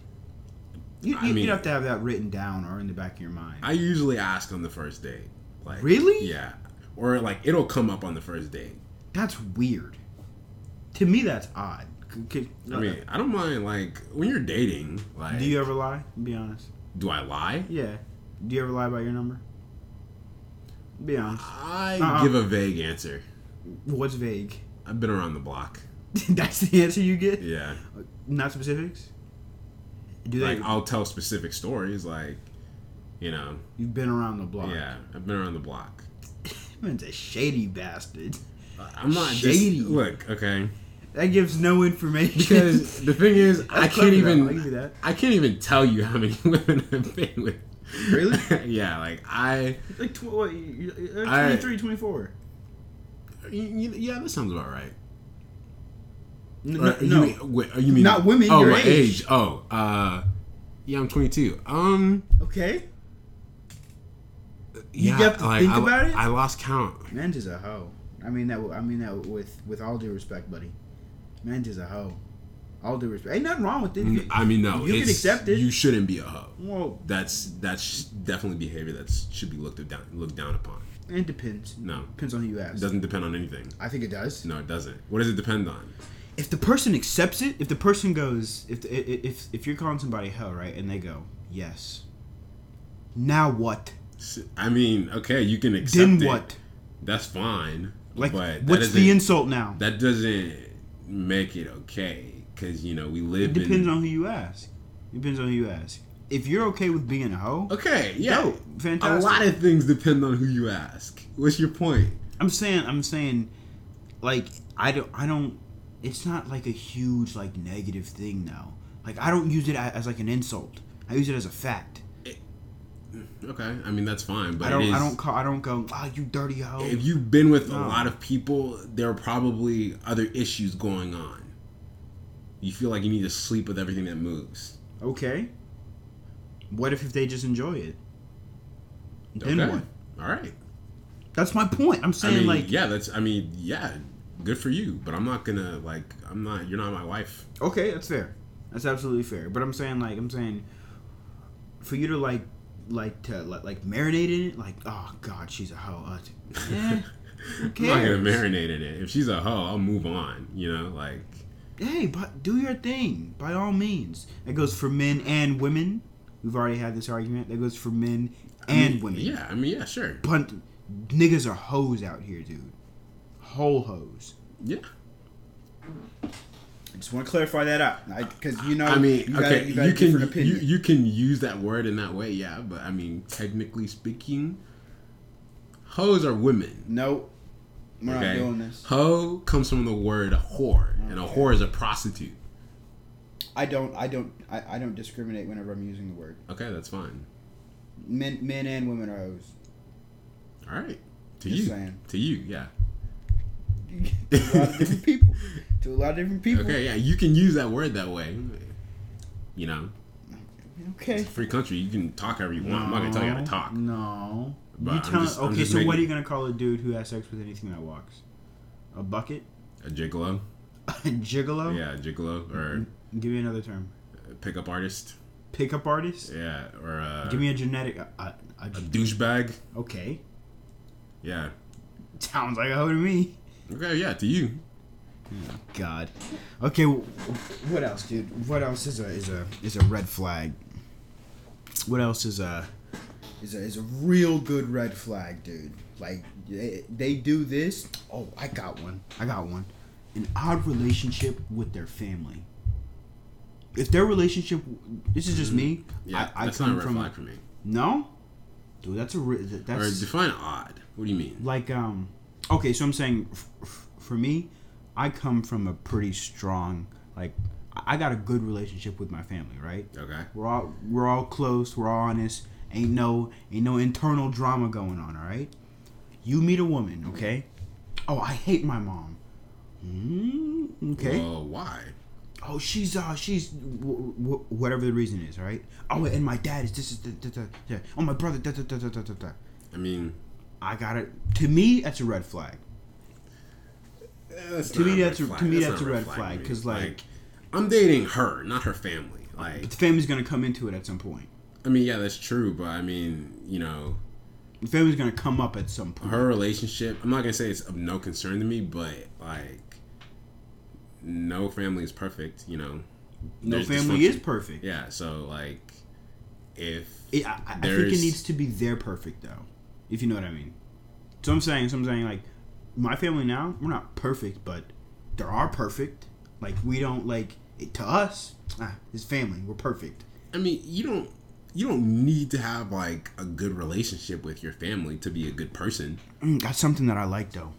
Speaker 1: you,
Speaker 2: I
Speaker 1: you'd
Speaker 2: mean-
Speaker 1: have to have that written down or in the back of your mind.
Speaker 2: I usually ask on the first date, like
Speaker 1: Really?
Speaker 2: yeah, or like it'll come up on the first date.
Speaker 1: That's weird. To me, that's odd. C- c-
Speaker 2: I mean, I don't mind like when you're dating. Like,
Speaker 1: do you ever lie? Be honest.
Speaker 2: do I lie?
Speaker 1: Yeah. Do you ever lie about your number? Be honest.
Speaker 2: I
Speaker 1: Uh-uh.
Speaker 2: give a vague answer.
Speaker 1: What's vague?
Speaker 2: I've been around the block.
Speaker 1: that's the answer you get.
Speaker 2: Yeah,
Speaker 1: Not specifics. Do they?
Speaker 2: like I'll tell specific stories. Like, you know,
Speaker 1: you've been around the block.
Speaker 2: yeah, I've been around the block.
Speaker 1: Man's a shady bastard.
Speaker 2: I- I'm not
Speaker 1: Shady.
Speaker 2: Just, look, okay,
Speaker 1: That gives no information.
Speaker 2: because the thing is,
Speaker 1: That's
Speaker 2: I
Speaker 1: clever,
Speaker 2: can't
Speaker 1: though.
Speaker 2: even.
Speaker 1: I'll give you that.
Speaker 2: I can't even tell you how many women I've been with.
Speaker 1: Really?
Speaker 2: yeah, like I.
Speaker 1: like tw- what, you- you're
Speaker 2: All right.
Speaker 1: 23, 24.
Speaker 2: y- y- Yeah, that sounds about right.
Speaker 1: N-
Speaker 2: Or-
Speaker 1: n- no.
Speaker 2: You mean, wait, you mean
Speaker 1: Not women,
Speaker 2: Oh,
Speaker 1: your
Speaker 2: my
Speaker 1: age.
Speaker 2: age. Oh, uh, yeah, I'm 22. Um,
Speaker 1: okay.
Speaker 2: yeah,
Speaker 1: have to think
Speaker 2: I,
Speaker 1: about it?
Speaker 2: I lost count.
Speaker 1: Man's is a hoe. I mean that. w- I mean that with with all due respect, buddy. Man's is a hoe. All due respect. Ain't nothing wrong with it.
Speaker 2: N- I mean, no,
Speaker 1: You can
Speaker 2: it's-
Speaker 1: accept it.
Speaker 2: You shouldn't be a hoe.
Speaker 1: well,
Speaker 2: That's that's definitely behavior that should be looked down looked down upon.
Speaker 1: it depends.
Speaker 2: No,
Speaker 1: Depends on who you
Speaker 2: it
Speaker 1: ask.
Speaker 2: doesn't depend on anything.
Speaker 1: I think it does.
Speaker 2: No, it doesn't. What does it depend on?
Speaker 1: If the person accepts it, if the person goes, if the, i- i- if if you're calling somebody hoe, right, and they go yes. Now what?
Speaker 2: I mean, okay, you can accept
Speaker 1: Then
Speaker 2: it.
Speaker 1: what?
Speaker 2: That's fine.
Speaker 1: Like,
Speaker 2: but that
Speaker 1: what's the
Speaker 2: doesn't-
Speaker 1: insult now?
Speaker 2: that doesn't make it okay because you know we live
Speaker 1: It depends
Speaker 2: in
Speaker 1: on who you ask. depends on who you ask. If you're okay with being a hoe,
Speaker 2: okay yeah
Speaker 1: Dope.
Speaker 2: a
Speaker 1: Fantastic.
Speaker 2: lot of things depend on who you ask what's your point
Speaker 1: I'm saying, I'm saying, like, I don't, I don't. It's not like a huge like negative thing now. Like, I don't use it as, as like an insult. I use it as a fact.
Speaker 2: okay i mean that's fine but
Speaker 1: I
Speaker 2: it
Speaker 1: don't,
Speaker 2: is,
Speaker 1: I don't call, I don't go, ah, you dirty hoe.
Speaker 2: if you've been with a
Speaker 1: No.
Speaker 2: lot of people there are probably other issues going on you feel like you need to sleep with everything that moves
Speaker 1: okay. What if if they just enjoy it? Then
Speaker 2: Okay.
Speaker 1: what?
Speaker 2: all right
Speaker 1: That's my point. I'm
Speaker 2: i
Speaker 1: saying
Speaker 2: mean
Speaker 1: like,
Speaker 2: yeah that's i mean yeah good for you but i'm not gonna like i'm not you're not my wife
Speaker 1: Okay, that's fair. That's absolutely fair. But I'm saying like I'm saying for you to like like to like, like marinate in it, like oh god, she's a hoe. Uh, t- eh, who
Speaker 2: I'm not gonna
Speaker 1: cares?
Speaker 2: marinate in it. If she's a hoe, I'll move on. You know, like
Speaker 1: hey, but do your thing by all means. That goes for men and women. We've already had this argument. That goes for men and women.
Speaker 2: yeah. I mean, yeah, sure,
Speaker 1: Punt niggas are hoes out here, dude. Whole hoes.
Speaker 2: yeah.
Speaker 1: I just want to clarify that up, because you know,
Speaker 2: I mean,
Speaker 1: you
Speaker 2: okay,
Speaker 1: got, you,
Speaker 2: you
Speaker 1: got a
Speaker 2: can
Speaker 1: different
Speaker 2: you,
Speaker 1: opinion.
Speaker 2: you can use that word in that way, yeah. But I mean, technically speaking, hoes are women.
Speaker 1: nope, we're
Speaker 2: Okay,
Speaker 1: not doing this.
Speaker 2: hoe comes from the word whore, and a
Speaker 1: Okay.
Speaker 2: whore is a prostitute.
Speaker 1: I don't I don't I, I don't discriminate whenever I'm using the word.
Speaker 2: Okay, that's fine.
Speaker 1: Men men and women are hoes.
Speaker 2: All right, to
Speaker 1: Just
Speaker 2: you,
Speaker 1: saying.
Speaker 2: to you, yeah.
Speaker 1: to a lot of different people. To a lot of different people.
Speaker 2: Okay, yeah, you can use that word that way. You know,
Speaker 1: Okay.
Speaker 2: free country. You can talk however you want. I'm not gonna tell you how to talk.
Speaker 1: No.
Speaker 2: But
Speaker 1: you
Speaker 2: I'm
Speaker 1: tell
Speaker 2: just- I'm
Speaker 1: okay,
Speaker 2: just
Speaker 1: so what are
Speaker 2: making-
Speaker 1: you gonna call a dude who has sex with anything that walks? A bucket?
Speaker 2: A gigolo.
Speaker 1: A gigolo?
Speaker 2: Yeah, gigolo or
Speaker 1: Give me another term.
Speaker 2: pickup artist.
Speaker 1: Pickup artist?
Speaker 2: Yeah, or uh,
Speaker 1: Give me a genetic. Uh, uh, a,
Speaker 2: a douchebag.
Speaker 1: okay.
Speaker 2: Yeah.
Speaker 1: Sounds like a hoe to me.
Speaker 2: Okay, yeah, to you.
Speaker 1: God. Okay. wh- What else, dude? What else is a is a is a red flag? What else is a is a is a real good red flag, dude? Like they, they do this. Oh, I got one. I got one. An odd relationship with their family. If their relationship, this is just me.
Speaker 2: Mm-hmm. Yeah,
Speaker 1: I, I
Speaker 2: that's
Speaker 1: come
Speaker 2: not a red
Speaker 1: from
Speaker 2: flag for me.
Speaker 1: no, dude. That's a re- th-
Speaker 2: Or
Speaker 1: that's
Speaker 2: define odd. What do you mean?
Speaker 1: like um okay so i'm saying f- f- for me i come from a pretty strong like i I got a good relationship with my family right
Speaker 2: Okay.
Speaker 1: we're all we're all close we're all honest ain't no ain't no internal drama going on all right you meet a woman okay oh i hate my mom mm, okay
Speaker 2: Well, why?
Speaker 1: oh she's uh she's w- w- whatever the reason is right oh and my dad is this is the, the, the, the oh my brother da, da, da, da, da, da, da.
Speaker 2: I mean,
Speaker 1: i got it to me that's a red flag
Speaker 2: eh, that's
Speaker 1: To me,
Speaker 2: not red
Speaker 1: that's a-
Speaker 2: flag.
Speaker 1: to me, that's
Speaker 2: not
Speaker 1: a red flag,
Speaker 2: to me.
Speaker 1: 'cause, like-
Speaker 2: I'm dating her, not her family. Like,
Speaker 1: But the family's gonna come into it at some point.
Speaker 2: I mean, yeah, that's true, but I mean, you know,
Speaker 1: The family's gonna come up at some point.
Speaker 2: her relationship. I'm not gonna say it's of no concern to me, but like, no family is perfect. You know,
Speaker 1: no
Speaker 2: There's
Speaker 1: family
Speaker 2: dysfunction.
Speaker 1: is perfect.
Speaker 2: Yeah, so like, if
Speaker 1: It, I, I I think it
Speaker 2: There's-
Speaker 1: needs to be their perfect though, if you know what I mean. So I'm saying, so I'm saying like, my family now we're not perfect, but there are perfect. Like we don't like it, to us. Ah, it's family. We're perfect.
Speaker 2: I mean, you don't you don't need to have like a good relationship with your family to be a good person.
Speaker 1: Mm, that's something that I like though.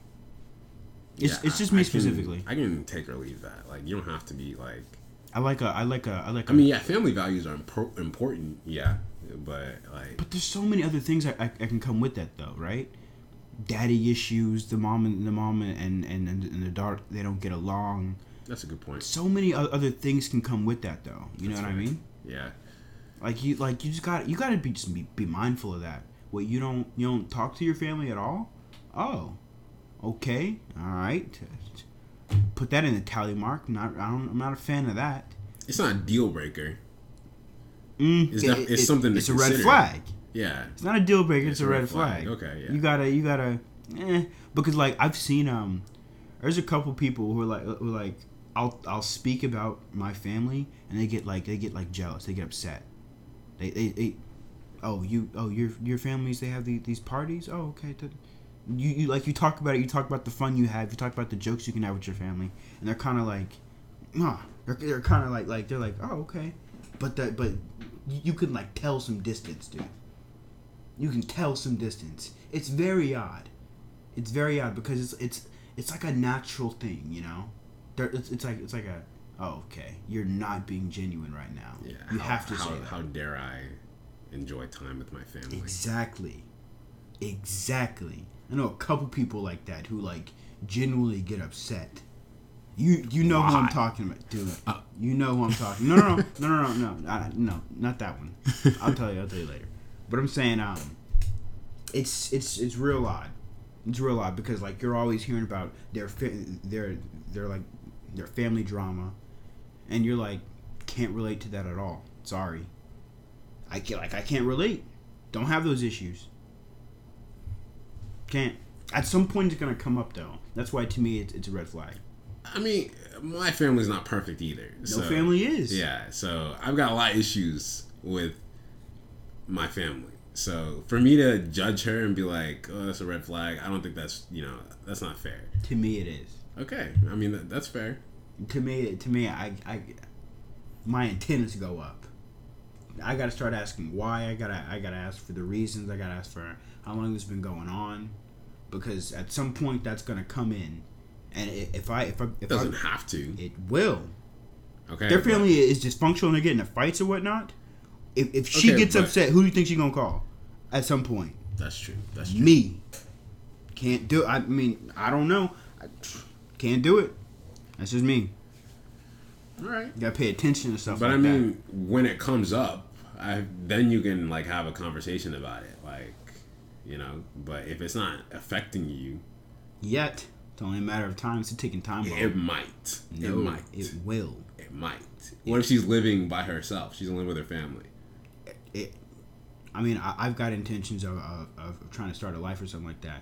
Speaker 1: It's,
Speaker 2: Yeah,
Speaker 1: it's just
Speaker 2: I-
Speaker 1: me
Speaker 2: I can-
Speaker 1: specifically.
Speaker 2: I can take or leave that. Like, you don't have to be like.
Speaker 1: I like a I like a I like a
Speaker 2: I mean, yeah, family values are impor- important. Yeah, but like,
Speaker 1: But there's so many other things I, I, I can come with that though, right? Daddy issues, the mom and the mom and and, and, and the daughter they don't get along.
Speaker 2: that's a good point.
Speaker 1: So many o- other things can come with that though. You know
Speaker 2: That's
Speaker 1: what I
Speaker 2: fair.
Speaker 1: mean?
Speaker 2: Yeah,
Speaker 1: Like you like you just got you got to be just be, be mindful of that. What you don't you don't talk to your family at all? Oh, okay, all right. Put that in the tally mark. I'm not I don't, I'm not a fan of that.
Speaker 2: it's not a deal breaker.
Speaker 1: Mm,
Speaker 2: It's def- it's something to
Speaker 1: It's a red
Speaker 2: consider.
Speaker 1: flag.
Speaker 2: Yeah,
Speaker 1: It's not a deal breaker. It's, a red, flag.
Speaker 2: Okay, yeah.
Speaker 1: You gotta, you gotta, eh, because like I've seen um, there's a couple people who are like, who are like I'll I'll speak about my family and they get like they get like jealous. They get upset. They they, they oh you oh your your families they have the, these parties oh okay th- you, you like you talk about it you talk about the fun you have you talk about the jokes you can have with your family and they're kind of like nah they're, they're kind of like like they're like oh okay but that but you, you can like tell some distance dude you can tell some distance it's very odd it's very odd because it's it's it's like a natural thing you know there it's, it's like it's like a oh okay you're not being genuine right now
Speaker 2: Yeah.
Speaker 1: you
Speaker 2: how,
Speaker 1: have to
Speaker 2: how,
Speaker 1: say that.
Speaker 2: how dare I enjoy time with my family?
Speaker 1: Exactly. Exactly. I know a couple people like that who like genuinely get upset. You you know who I'm
Speaker 2: Why?
Speaker 1: talking about, dude.
Speaker 2: Oh.
Speaker 1: You know who I'm talking. No no no no no no no I- no not that one. I'll tell you. I'll tell you later. But I'm saying um, it's it's it's real odd. It's real odd because like you're always hearing about their fa- their their like their family drama, and you're like can't relate to that at all. Sorry. I can like I can't relate. Don't have those issues. Can't. At some point, it's gonna come up though. That's why to me, it's, it's a red flag.
Speaker 2: I mean, my family's not perfect either.
Speaker 1: No family is.
Speaker 2: Yeah, so I've got a lot of issues with my family. So for me to judge her and be like, "Oh, that's a red flag," I don't think that's you know that's not fair.
Speaker 1: To me, it is.
Speaker 2: Okay, I mean that, that's fair.
Speaker 1: To me, to me, I, I, my antennas go up. I gotta start asking why. I gotta, I gotta ask for the reasons. I gotta ask for how long it's been going on, because at some point that's gonna come in, and i- if I, if I,
Speaker 2: It
Speaker 1: if
Speaker 2: doesn't
Speaker 1: I,
Speaker 2: have to.
Speaker 1: it will.
Speaker 2: Okay,
Speaker 1: Their
Speaker 2: but-
Speaker 1: family is dysfunctional and they're getting into fights or whatnot. If, if she
Speaker 2: Okay,
Speaker 1: gets
Speaker 2: but-
Speaker 1: upset, who do you think she's gonna call? At some point.
Speaker 2: That's true. That's true.
Speaker 1: me can't do i mean i don't know I can't do it that's just me
Speaker 2: All right.
Speaker 1: you gotta pay attention to stuff
Speaker 2: But
Speaker 1: like
Speaker 2: I mean, when it comes up, I then you can like have a conversation about it, like you know. But if it's not affecting you,
Speaker 1: that yet it's only a matter of time it's taking time bomb.
Speaker 2: it might. it
Speaker 1: No,
Speaker 2: might.
Speaker 1: it will
Speaker 2: It might. What if she's living by herself? She's living with her family.
Speaker 1: it i mean I, i've got intentions of, of, of trying to start a life or something like that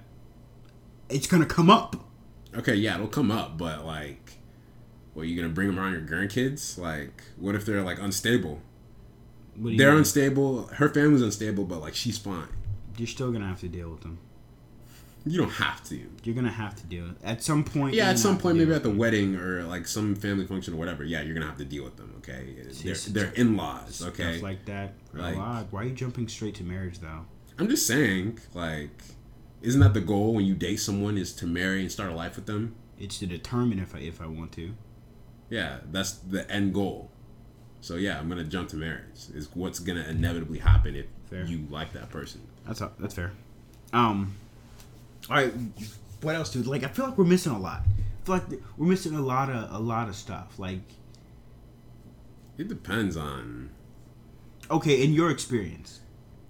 Speaker 1: it's gonna come up
Speaker 2: Okay, yeah, it'll come up, but like, what you gonna bring them around your grandkids? Like, what if they're like unstable?
Speaker 1: what do you
Speaker 2: They're
Speaker 1: mean?
Speaker 2: unstable. Her family's unstable, but like she's fine.
Speaker 1: you're still gonna have to deal with them
Speaker 2: You don't have to.
Speaker 1: you're gonna have to deal at some point
Speaker 2: Yeah,
Speaker 1: you're
Speaker 2: at
Speaker 1: gonna
Speaker 2: some
Speaker 1: have to
Speaker 2: point,
Speaker 1: deal
Speaker 2: maybe
Speaker 1: with
Speaker 2: at the wedding or like some family function or whatever. Yeah, you're gonna have to deal with them. Okay, they're,
Speaker 1: it's-
Speaker 2: they're in laws.
Speaker 1: stuff
Speaker 2: Okay,
Speaker 1: like that Real
Speaker 2: Like-
Speaker 1: odd. why are you jumping straight to marriage though
Speaker 2: I'm just saying, like, isn't that the goal when you date someone is to marry and start a life with them?
Speaker 1: it's to determine if I if I want to.
Speaker 2: Yeah, that's the end goal. So yeah, I'm gonna jump to marriage. Is what's gonna inevitably happen if
Speaker 1: Fair.
Speaker 2: you like that person.
Speaker 1: That's all, that's fair. Um, all right. What else, dude? Like I feel like we're missing a lot. I feel like we're missing a lot of a lot of stuff. Like
Speaker 2: It depends on
Speaker 1: okay, in your experience.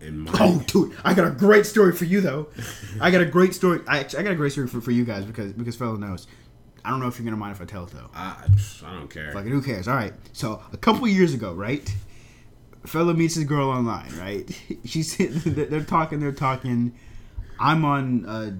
Speaker 2: in my
Speaker 1: Oh, dude, I got a great story for you though. I got a great story. I actually, I got a great story for, for you guys because because fellow knows. I don't know if you're gonna mind if I tell it though.
Speaker 2: I, I don't care.
Speaker 1: Fucking who cares? All right. So a couple years ago, right? Fella meets his girl online, right? She's they're they're talking, they're talking. I'm on uh,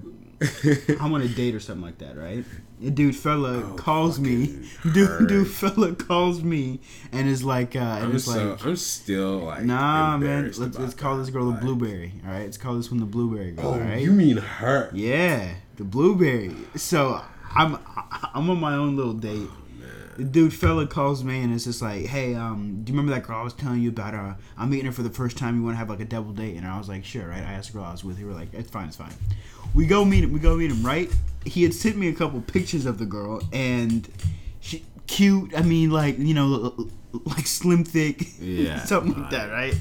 Speaker 1: I'm on a date or something like that, right? And Dude, fella calls me.
Speaker 2: Oh, fucking
Speaker 1: Dude, dude,
Speaker 2: hurt.
Speaker 1: fella calls me and is like, uh, and
Speaker 2: I'm
Speaker 1: is
Speaker 2: so
Speaker 1: like,
Speaker 2: I'm still like
Speaker 1: nah, man.
Speaker 2: embarrassed
Speaker 1: Let's,
Speaker 2: about
Speaker 1: let's call
Speaker 2: that.
Speaker 1: this girl the
Speaker 2: Like,
Speaker 1: blueberry. All right, let's call this one the blueberry girl.
Speaker 2: Oh,
Speaker 1: all right.
Speaker 2: you mean her?
Speaker 1: Yeah, the blueberry. So I'm I'm on my own little date. The dude fella calls me and it's just like, hey, um, do you remember that girl I was telling you about? Uh, I'm meeting her for the first time. You want to have like a double date? And I was like, sure, right? I asked the girl I was with. They were like, it's fine, it's fine. We go meet him. We go meet him, right? He had sent me a couple pictures of the girl and she cute. I mean, like you know, l- l- like slim thick,
Speaker 2: Yeah,
Speaker 1: something like
Speaker 2: right.
Speaker 1: that, right?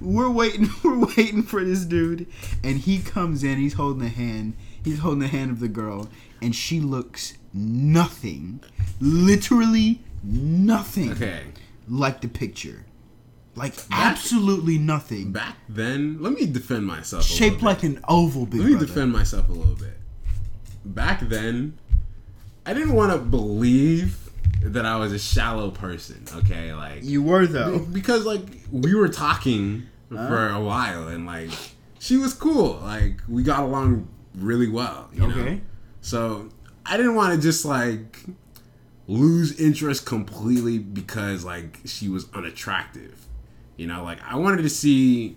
Speaker 1: We're waiting. We're waiting for this dude, and he comes in. He's holding the hand. He's holding the hand of the girl, and she looks nothing, literally nothing,
Speaker 2: Okay,
Speaker 1: like the picture, like absolutely nothing.
Speaker 2: back then, let me defend myself. a
Speaker 1: Shaped
Speaker 2: little bit.
Speaker 1: like an oval, big
Speaker 2: Let me
Speaker 1: brother.
Speaker 2: defend myself a little bit. Back then, I didn't want to believe that I was a shallow person. Okay, like
Speaker 1: you were though.
Speaker 2: because like we were talking for a while and like she was cool like we got along really well you know
Speaker 1: Okay.
Speaker 2: so i didn't want to just like lose interest completely because like she was unattractive you know like i wanted to see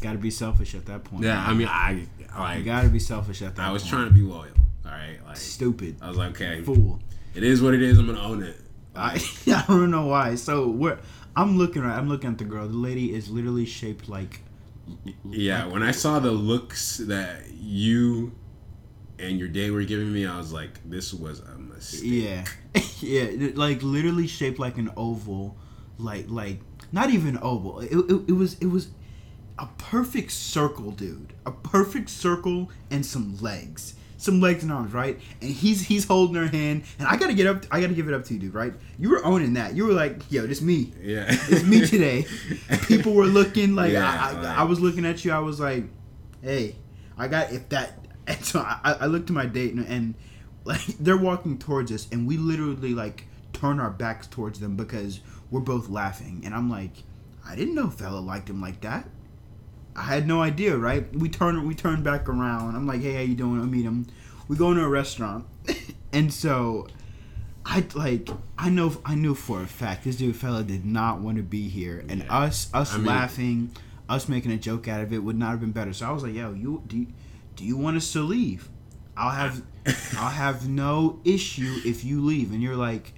Speaker 1: Got to be selfish at that point.
Speaker 2: Yeah, I mean, I
Speaker 1: You
Speaker 2: like.
Speaker 1: got to be selfish at that.
Speaker 2: I was
Speaker 1: point.
Speaker 2: trying to be loyal. All right, like
Speaker 1: Stupid
Speaker 2: I was like, okay,
Speaker 1: fool.
Speaker 2: it is what it is. I'm gonna own it.
Speaker 1: I, I don't know why. So we're. I'm looking right. I'm looking at the girl. The lady is literally shaped like.
Speaker 2: Yeah, when I saw the looks that you and your day were giving me, I was like, this was a mistake.
Speaker 1: Yeah, yeah. Like literally shaped like an oval. Like like not even oval. It, it, it was it was a perfect circle, dude. A perfect circle and some legs. Some legs and arms, right? And he's he's holding her hand, and I gotta get up. I gotta give it up to you, dude. Right? You were owning that. You were like, "Yo, this me.
Speaker 2: Yeah,
Speaker 1: it's me today. People were looking like
Speaker 2: Yeah,
Speaker 1: I, I,
Speaker 2: like-
Speaker 1: I was looking at you. I was like, "Hey, I got if that." And so I, I looked at my date and, and like they're walking towards us, and we literally like turn our backs towards them because we're both laughing. And I'm like, I didn't know fella liked him like that. I had no idea, right? We turn we turn back around. I'm like, hey, how you doing? I meet him. We go into a restaurant, and so I like I know I knew for a fact this dude fella did not want to be here, and
Speaker 2: Yeah.
Speaker 1: us us
Speaker 2: I mean-
Speaker 1: laughing, us making a joke out of it would not have been better. So I was like, yo, you do, you- do you want us to leave? I'll have I'll have no issue if you leave. And you're like,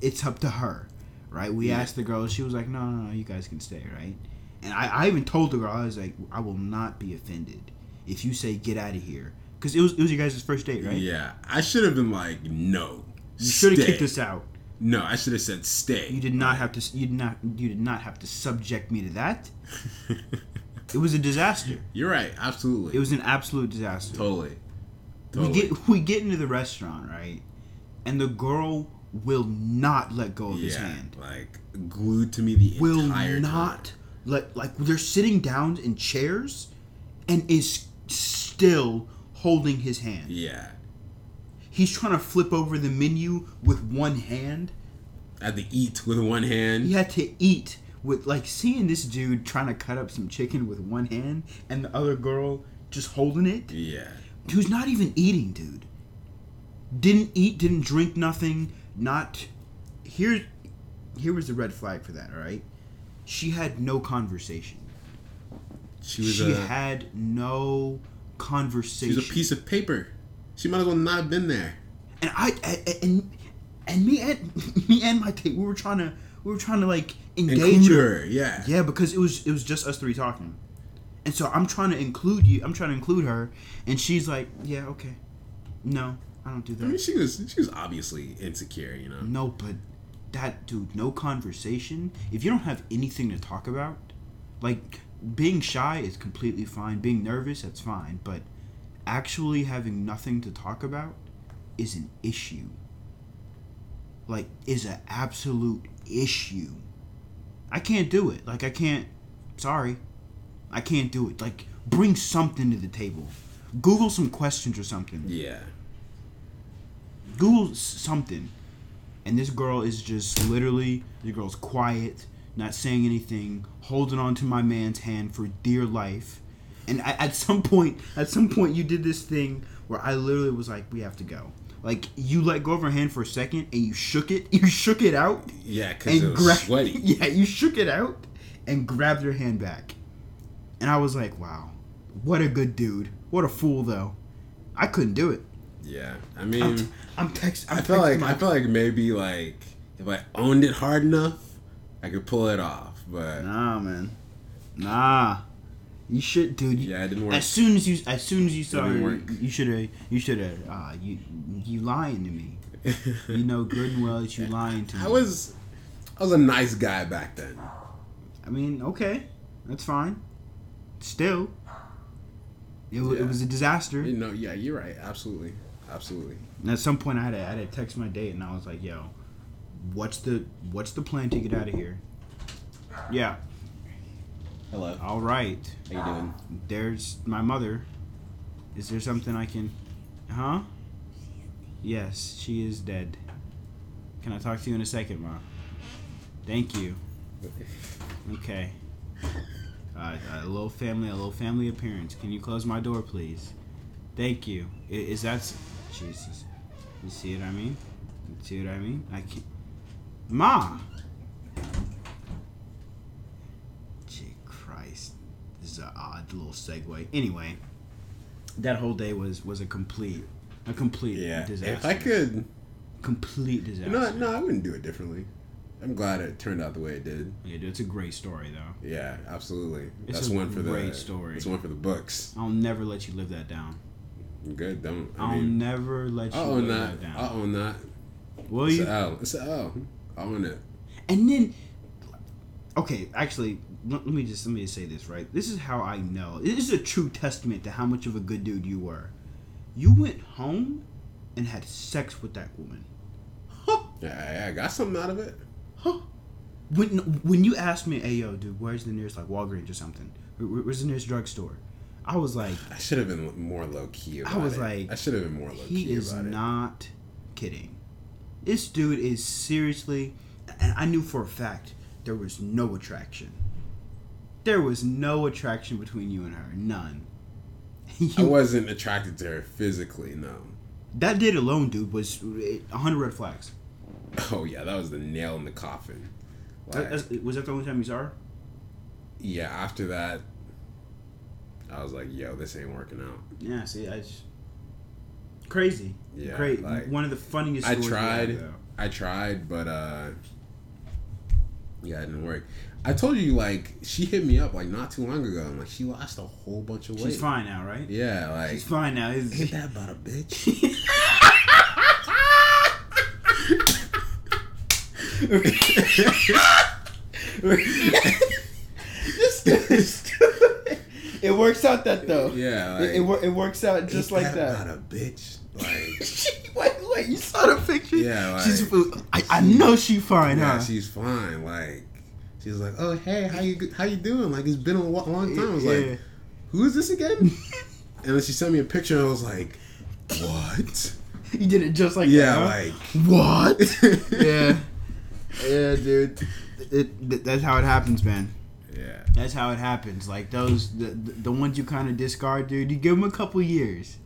Speaker 1: it's up to her, right? We
Speaker 2: Yeah.
Speaker 1: asked the girl. She was like, no, no, no, you guys can stay, right? And I, I even told the girl, I was like, I will not be offended if you say get out of here, because it was it was your guys' first date, right?
Speaker 2: Yeah, I should have been like, no.
Speaker 1: You should have
Speaker 2: stay.
Speaker 1: kicked us out.
Speaker 2: No, I should have said stay.
Speaker 1: You did not have to. You did not. You did not have to subject me to that. It was a disaster.
Speaker 2: You're right. Absolutely.
Speaker 1: It was an absolute disaster.
Speaker 2: totally.
Speaker 1: we
Speaker 2: Totally.
Speaker 1: get we get into the restaurant right, and the girl will not let go of his
Speaker 2: yeah,
Speaker 1: hand.
Speaker 2: like glued to me the
Speaker 1: Will
Speaker 2: entire
Speaker 1: not
Speaker 2: time.
Speaker 1: let like they're sitting down in chairs, and is still holding his hand.
Speaker 2: Yeah,
Speaker 1: He's trying to flip over the menu with one hand.
Speaker 2: I had to eat with one hand.
Speaker 1: he had to eat with like seeing this dude trying to cut up some chicken with one hand and the other girl just holding it
Speaker 2: Yeah.
Speaker 1: who's not even eating dude didn't eat didn't drink nothing not here here was the red flag for that all right she had no conversation
Speaker 2: She was
Speaker 1: she
Speaker 2: a
Speaker 1: had no
Speaker 2: she
Speaker 1: conversation
Speaker 2: was a piece of paper. She might as well not have been there.
Speaker 1: and I and- and and me and me and my date we were trying to we were trying to like engage
Speaker 2: Include
Speaker 1: her
Speaker 2: her. Yeah.
Speaker 1: Yeah, because it was it was just us three talking, and so I'm trying to include you. I'm trying to include her, and she's like, "Yeah, okay, no, I don't do
Speaker 2: I mean,
Speaker 1: that.
Speaker 2: she was she was obviously insecure. You know.
Speaker 1: No, but that dude, no conversation. If you don't have anything to talk about, like being shy is completely fine. Being nervous, that's fine. But actually having nothing to talk about is an issue. Like, is an absolute issue. I can't do it. Like, I can't. Sorry. I can't do it. Like, bring something to the table. Google some questions or something.
Speaker 2: Yeah.
Speaker 1: Google s- something, and this girl is just literally the girl's quiet, not saying anything, holding on to my man's hand for dear life. And I, at some point, at some point, you did this thing where I literally was like, "We have to go." Like you let go of her hand for a second, and you shook it. You shook it out
Speaker 2: Yeah, because it
Speaker 1: and
Speaker 2: was
Speaker 1: grabbed.
Speaker 2: sweaty.
Speaker 1: Yeah, you shook it out and grabbed her hand back. And I was like, "Wow, what a good dude. What a fool, though. I couldn't do it."
Speaker 2: Yeah. I
Speaker 1: I'm,
Speaker 2: mean,
Speaker 1: I'm text. I'm
Speaker 2: Mm. I felt
Speaker 1: texting
Speaker 2: like
Speaker 1: my
Speaker 2: I felt like maybe like if I owned it hard enough, I could pull it off. But
Speaker 1: Nah, man. Nah. You should, dude. you-
Speaker 2: yeah, it didn't work.
Speaker 1: As soon as you, as soon as you saw
Speaker 2: didn't
Speaker 1: her,
Speaker 2: work.
Speaker 1: you should have, you should have, uh, you, you lying to me. You know good and well that you lying to me.
Speaker 2: I was I was a nice guy back then.
Speaker 1: I mean, okay, that's fine. Still, it, wa-
Speaker 2: Yeah.
Speaker 1: it was a disaster.
Speaker 2: You know, yeah, you're right. Absolutely, absolutely.
Speaker 1: And at some point, I had to, I had to text my date, and I was like, "Yo, what's the, what's the plan to get out of here?" Yeah.
Speaker 2: Hello, how
Speaker 1: All right.
Speaker 2: you doing?
Speaker 1: There's my mother. Is there something I can. Huh? Yes, she is dead. Can I talk to you in a second, Ma? Thank you. Okay. Uh, a little family, a little family appearance. Can you close my door, please? Thank you. I- Is that. s- Jesus. You see what I mean? You see what I mean? I can't. Ma! Gee, Christ. This is an odd little segue. Anyway, that whole day was was a complete a complete
Speaker 2: Yeah.
Speaker 1: disaster.
Speaker 2: If I could,
Speaker 1: complete disaster.
Speaker 2: no, no, I wouldn't do it differently. I'm glad it turned out the way it did.
Speaker 1: Yeah, dude, it's a great story though.
Speaker 2: Yeah, absolutely.
Speaker 1: It's
Speaker 2: that's
Speaker 1: a
Speaker 2: one for the
Speaker 1: great story.
Speaker 2: It's one for the books.
Speaker 1: I'll never let you live that down.
Speaker 2: Good. Don't.
Speaker 1: I
Speaker 2: I
Speaker 1: will
Speaker 2: mean, Oh,
Speaker 1: never let you
Speaker 2: I
Speaker 1: live
Speaker 2: own that.
Speaker 1: that down.
Speaker 2: I own that.
Speaker 1: Will
Speaker 2: It's
Speaker 1: you?
Speaker 2: an L. It's an L. I own it.
Speaker 1: And then, okay, actually, l- let me just let me just say this right. This is how I know. This is a true testament to how much of a good dude you were. You went home and had sex with that woman. Huh?
Speaker 2: Yeah, I, I got something out of it.
Speaker 1: Huh? When when you asked me, "Hey, yo, dude, where's the nearest like Walgreens or something? Where- where- Where's the nearest drugstore?" I was like,
Speaker 2: I should have been more low key. About
Speaker 1: was
Speaker 2: it.
Speaker 1: like,
Speaker 2: I should have been more low
Speaker 1: he
Speaker 2: key
Speaker 1: is
Speaker 2: about
Speaker 1: not kidding. This dude is seriously, and I knew for a fact there was no attraction. There was no attraction between you and her, none.
Speaker 2: it. I
Speaker 1: You-
Speaker 2: wasn't attracted to her physically. No.
Speaker 1: that date alone, dude, was a hundred red flags.
Speaker 2: Oh yeah, that was the nail in the coffin.
Speaker 1: That-
Speaker 2: Like,
Speaker 1: that's- was that the only time you saw her?
Speaker 2: yeah, after that, I was like, yo, this ain't working out.
Speaker 1: Yeah. See, I just crazy.
Speaker 2: Yeah,
Speaker 1: Great.
Speaker 2: like-
Speaker 1: One of the funniest.
Speaker 2: I
Speaker 1: stories we have,
Speaker 2: tried.
Speaker 1: though.
Speaker 2: I tried, but uh yeah, it didn't work. I told you like she hit me up like not too long ago. and like she lost a whole bunch of weight.
Speaker 1: She's fine now, right?
Speaker 2: Yeah, like
Speaker 1: She's fine now. It's-
Speaker 2: ain't that about a bitch?
Speaker 1: Just- just- it works out that though.
Speaker 2: yeah, like,
Speaker 1: It, it, wor- it works out just
Speaker 2: ain't
Speaker 1: like that.
Speaker 2: About a bitch, like
Speaker 1: wait, wait, you saw the picture?
Speaker 2: Yeah, like-
Speaker 1: she's. I, I know she fine,
Speaker 2: yeah,
Speaker 1: huh?
Speaker 2: she's fine. Like she's like, oh hey, how you how you doing? Like it's been a wa- long time. I was like, who is this again? and then she sent me a picture. and I was like, what?
Speaker 1: Yeah. you did it just like
Speaker 2: Yeah,
Speaker 1: that,
Speaker 2: like
Speaker 1: huh? what? yeah, yeah, dude. It, th- that's how it happens, man.
Speaker 2: yeah.
Speaker 1: That's how it happens. Like those, the the, the ones you kind of discard, dude. You give them a couple years.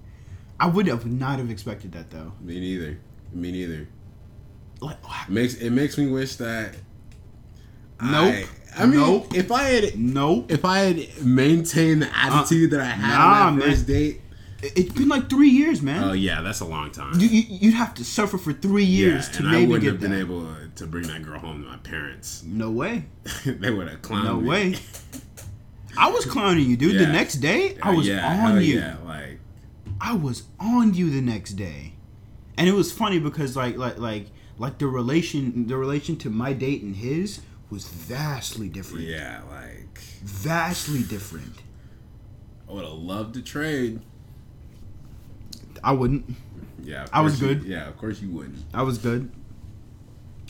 Speaker 1: I would have not have expected that though.
Speaker 2: Me neither. Me neither.
Speaker 1: Like, oh,
Speaker 2: It makes it makes me wish that.
Speaker 1: Nope.
Speaker 2: I, I mean,
Speaker 1: Nope.
Speaker 2: if I had
Speaker 1: nope.
Speaker 2: if I had maintained the attitude that I had on
Speaker 1: nah,
Speaker 2: that
Speaker 1: man.
Speaker 2: first date.
Speaker 1: It- It's been like three years, man.
Speaker 2: Oh yeah, that's a long time.
Speaker 1: you, you you'd have to suffer for three years to
Speaker 2: and
Speaker 1: maybe
Speaker 2: I wouldn't
Speaker 1: get
Speaker 2: have
Speaker 1: that.
Speaker 2: been able to bring that girl home to my parents.
Speaker 1: no way,
Speaker 2: they would have clowned
Speaker 1: no
Speaker 2: me.
Speaker 1: way. I was clowning you, dude. The
Speaker 2: Yeah.
Speaker 1: next day, I
Speaker 2: Uh,
Speaker 1: was
Speaker 2: yeah,
Speaker 1: on
Speaker 2: hell
Speaker 1: you.
Speaker 2: Yeah, like
Speaker 1: I was on you the next day, and it was funny because like like like like the relation the relation to my date and his was vastly different.
Speaker 2: yeah, like
Speaker 1: Vastly different.
Speaker 2: I would have loved to trade.
Speaker 1: I wouldn't.
Speaker 2: Yeah, of
Speaker 1: I was
Speaker 2: course you-
Speaker 1: good.
Speaker 2: yeah, of course you wouldn't.
Speaker 1: I was good.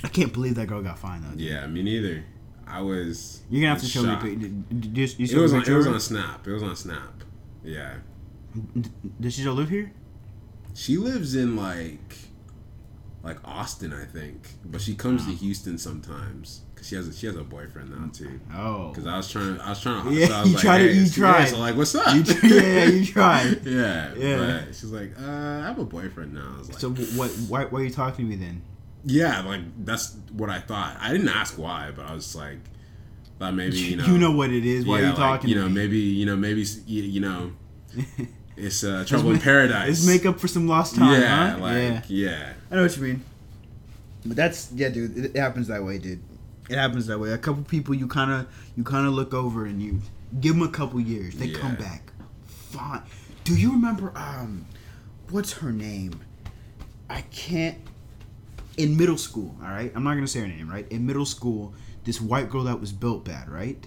Speaker 1: I can't believe that girl got fined though.
Speaker 2: Yeah, me neither. I was.
Speaker 1: You're gonna have to show
Speaker 2: shocked.
Speaker 1: me. pic- d- d- Just you
Speaker 2: It was
Speaker 1: show
Speaker 2: on.
Speaker 1: me
Speaker 2: It was
Speaker 1: picture?
Speaker 2: on Snap. It was on Snap. Yeah,
Speaker 1: D- Does she still live here?
Speaker 2: she lives in like, like Austin, I think, but she comes to Houston sometimes because she has a, she has a boyfriend now too.
Speaker 1: Oh,
Speaker 2: Because I was trying, I was trying to.
Speaker 1: Yeah,
Speaker 2: so I was
Speaker 1: you
Speaker 2: like,
Speaker 1: tried it-
Speaker 2: hey,
Speaker 1: you
Speaker 2: it's- yeah,
Speaker 1: tried.
Speaker 2: So like, what's up?
Speaker 1: You tr- yeah, you tried.
Speaker 2: yeah,
Speaker 1: Yeah.
Speaker 2: But she's like, uh, I have a boyfriend now. I was like,
Speaker 1: So wh- what? Why, why are you talking to me then?
Speaker 2: yeah, like that's what I thought. I didn't ask why, but I was just like, thought maybe you know,
Speaker 1: what it is. Why
Speaker 2: yeah,
Speaker 1: are you
Speaker 2: like,
Speaker 1: talking?
Speaker 2: you
Speaker 1: to
Speaker 2: know,
Speaker 1: me?
Speaker 2: maybe you know, maybe s- you, you know, it's uh, trouble in
Speaker 1: make-
Speaker 2: paradise.
Speaker 1: Let's make up for some lost time,
Speaker 2: yeah,
Speaker 1: huh?
Speaker 2: like
Speaker 1: yeah,
Speaker 2: yeah.
Speaker 1: I know what you mean. But that's yeah, dude. It, it happens that way, dude. It happens that way. A couple people you kind of you kind of look over and you give them a couple years. They come
Speaker 2: Yeah.
Speaker 1: back. Fine. Do you remember um, what's her name? I can't. In middle school, all right. I'm not gonna say her name, right? In middle school, this white girl that was built bad, right?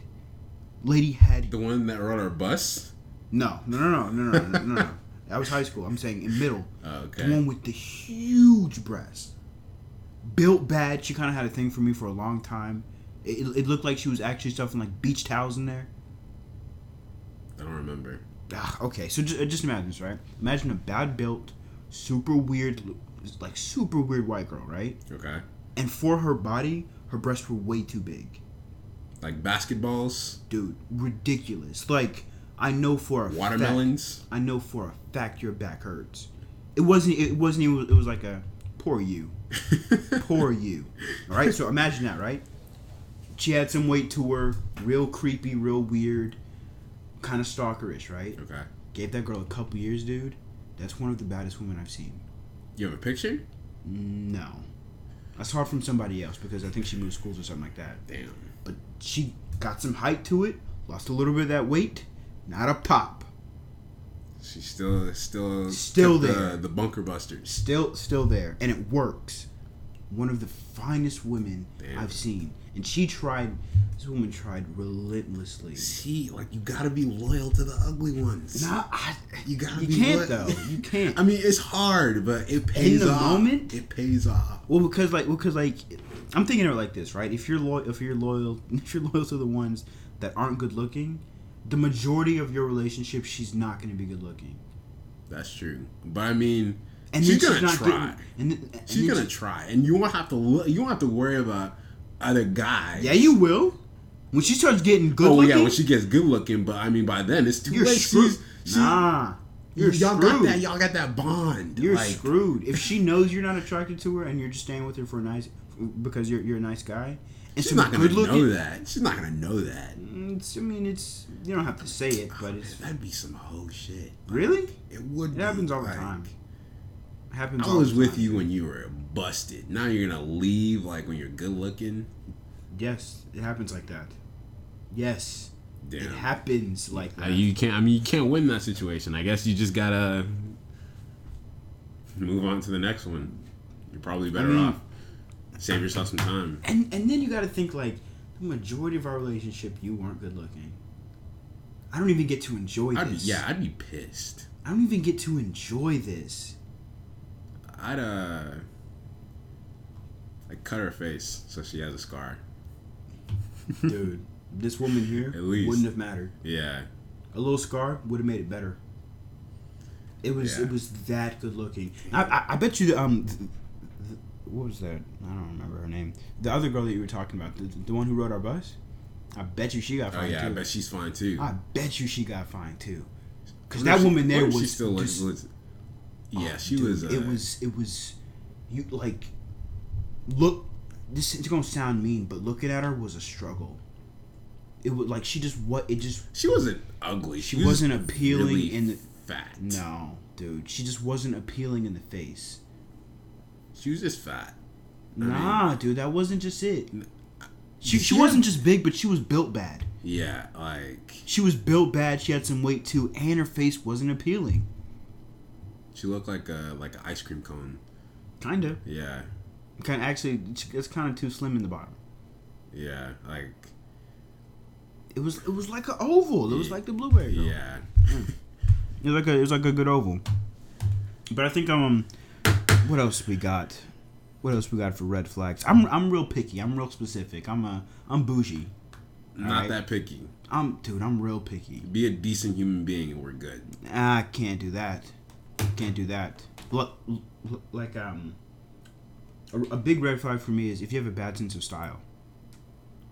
Speaker 1: Lady had
Speaker 2: The one that rode our bus.
Speaker 1: no, no, no, no, no, no, no, no. That was high school. I'm saying in middle. The
Speaker 2: Oh, Okay.
Speaker 1: one with the huge breasts. Built bad. She kind of had a thing for me for a long time. It, it looked like she was actually stuffing like beach towels in there.
Speaker 2: I don't remember.
Speaker 1: Ah, okay, so just, just imagine this, right? Imagine a bad built, super weird, like super weird white girl, right?
Speaker 2: Okay.
Speaker 1: And for her body, her breasts were way too big.
Speaker 2: Like basketballs,
Speaker 1: Dude, ridiculous. Like, I know for a fact-
Speaker 2: watermelons.
Speaker 1: I know for a fact your back hurts. It wasn't. It wasn't even. It was like a poor you, poor you. All right. So imagine that. Right. She had some weight to her. Real creepy. Real weird. kind of stalkerish, right?
Speaker 2: Okay.
Speaker 1: Gave that girl a couple years, dude. That's one of the baddest women I've seen.
Speaker 2: You have a picture?
Speaker 1: No, I saw it from somebody else because I think she moved schools or something like that.
Speaker 2: Damn.
Speaker 1: But she got some height to it, lost a little bit of that weight, not up top,
Speaker 2: She's still still
Speaker 1: Still
Speaker 2: took
Speaker 1: there.
Speaker 2: The, the bunker busters.
Speaker 1: still still there, and it works. One of the finest women
Speaker 2: Damn.
Speaker 1: I've seen, and she tried. This woman tried relentlessly.
Speaker 2: See, like you gotta be loyal to the ugly ones.
Speaker 1: Nah, I,
Speaker 2: You gotta
Speaker 1: You
Speaker 2: be
Speaker 1: can't
Speaker 2: loyal.
Speaker 1: though. You can't.
Speaker 2: I mean, it's hard, but it pays
Speaker 1: the
Speaker 2: off.
Speaker 1: moment?
Speaker 2: it pays off.
Speaker 1: Well, because like, well, because like, I'm thinking of it like this, right? If you're loyal, if you're loyal, if you're loyal to the ones that aren't good looking, the majority of your relationship, she's not going to be good looking,
Speaker 2: That's true. But I mean,
Speaker 1: and
Speaker 2: she's
Speaker 1: then
Speaker 2: gonna
Speaker 1: not
Speaker 2: try.
Speaker 1: Getting, and then, and
Speaker 2: she's
Speaker 1: then
Speaker 2: gonna try, and you won't have to. Lo- you won't have to worry about other guys.
Speaker 1: yeah, you will. When she starts getting good
Speaker 2: Oh
Speaker 1: looking,
Speaker 2: yeah, when she gets good looking, but I mean, by then it's too
Speaker 1: you're
Speaker 2: late.
Speaker 1: screwed.
Speaker 2: She's, she,
Speaker 1: nah, you're
Speaker 2: y'all got
Speaker 1: screwed.
Speaker 2: that. Y'all got that bond.
Speaker 1: you're
Speaker 2: like,
Speaker 1: screwed. If she knows you're not attracted to her and you're just staying with her for a nice, because you're you're a nice guy, and
Speaker 2: She's
Speaker 1: some
Speaker 2: not gonna
Speaker 1: good looking-
Speaker 2: know that. She's not gonna know that.
Speaker 1: Mm,
Speaker 2: Oh,
Speaker 1: It's, I mean, it's you don't have to say it, but it's
Speaker 2: That'd be some whole shit.
Speaker 1: really.
Speaker 2: It would.
Speaker 1: It
Speaker 2: be,
Speaker 1: happens all the
Speaker 2: like,
Speaker 1: time. It happens.
Speaker 2: I
Speaker 1: all
Speaker 2: was
Speaker 1: the
Speaker 2: with
Speaker 1: time.
Speaker 2: you when you were busted. Now you're gonna leave like when you're good looking.
Speaker 1: Yes, it happens like that. Yes, it
Speaker 2: Damn.
Speaker 1: happens like
Speaker 2: Uh,
Speaker 1: that.
Speaker 2: you can't. I mean, you can't win that situation. I guess you just gotta move on to the next one. You're probably better
Speaker 1: mean-
Speaker 2: off. Save yourself some time.
Speaker 1: and and then you got to think like the majority of our relationship, you weren't good looking. I don't even get to enjoy
Speaker 2: I'd be,
Speaker 1: this.
Speaker 2: yeah, I'd be pissed.
Speaker 1: I don't even get to enjoy this.
Speaker 2: I'd uh, like cut her face so she has a scar.
Speaker 1: Dude, this woman here
Speaker 2: At least.
Speaker 1: wouldn't have mattered.
Speaker 2: Yeah,
Speaker 1: A little scar would have made it better. It was it
Speaker 2: Yeah.
Speaker 1: was that good looking. I, I I bet you um, th- th- what was that? I don't remember her name. The other girl that you were talking about, the, the one who rode our bus. I bet you she got
Speaker 2: oh
Speaker 1: fined
Speaker 2: yeah, I
Speaker 1: too.
Speaker 2: bet she's fine too.
Speaker 1: I bet you she got fined too. Because
Speaker 2: Wonder if
Speaker 1: that
Speaker 2: she-
Speaker 1: woman there
Speaker 2: wonder if
Speaker 1: was
Speaker 2: She still was.
Speaker 1: just-
Speaker 2: was- yeah,
Speaker 1: oh,
Speaker 2: she
Speaker 1: dude,
Speaker 2: was. Uh,
Speaker 1: it was it was, you like, look. This is gonna sound mean, but looking at her was a struggle. It was like she just what it just
Speaker 2: She wasn't ugly. She,
Speaker 1: She
Speaker 2: was
Speaker 1: wasn't
Speaker 2: just
Speaker 1: appealing
Speaker 2: really
Speaker 1: in the-
Speaker 2: fat.
Speaker 1: no dude she just wasn't appealing in the face.
Speaker 2: she was just fat.
Speaker 1: Nah, dude, that wasn't just it. She,
Speaker 2: Did
Speaker 1: she
Speaker 2: she
Speaker 1: wasn't just big, but she was built bad.
Speaker 2: Yeah, like
Speaker 1: She was built bad. She had some weight too, and her face wasn't appealing.
Speaker 2: she looked like a like an ice cream cone.
Speaker 1: Kinda,
Speaker 2: Yeah,
Speaker 1: kind of actually, it's kind of too slim in the bottom.
Speaker 2: yeah, like
Speaker 1: It was it was like an oval. It was like the blueberry. Girl.
Speaker 2: yeah.
Speaker 1: it was like a it was like a good oval. But I think um, what else we got? What else we got for red flags? I'm I'm real picky. I'm real specific. I'm a I'm bougie.
Speaker 2: Not
Speaker 1: right.
Speaker 2: that picky.
Speaker 1: I'm dude. I'm real picky.
Speaker 2: Be a decent human being and we're good.
Speaker 1: I Ah, can't do that. Can't do that. Look, look, like um, a, a big red flag for me is if you have a bad sense of style.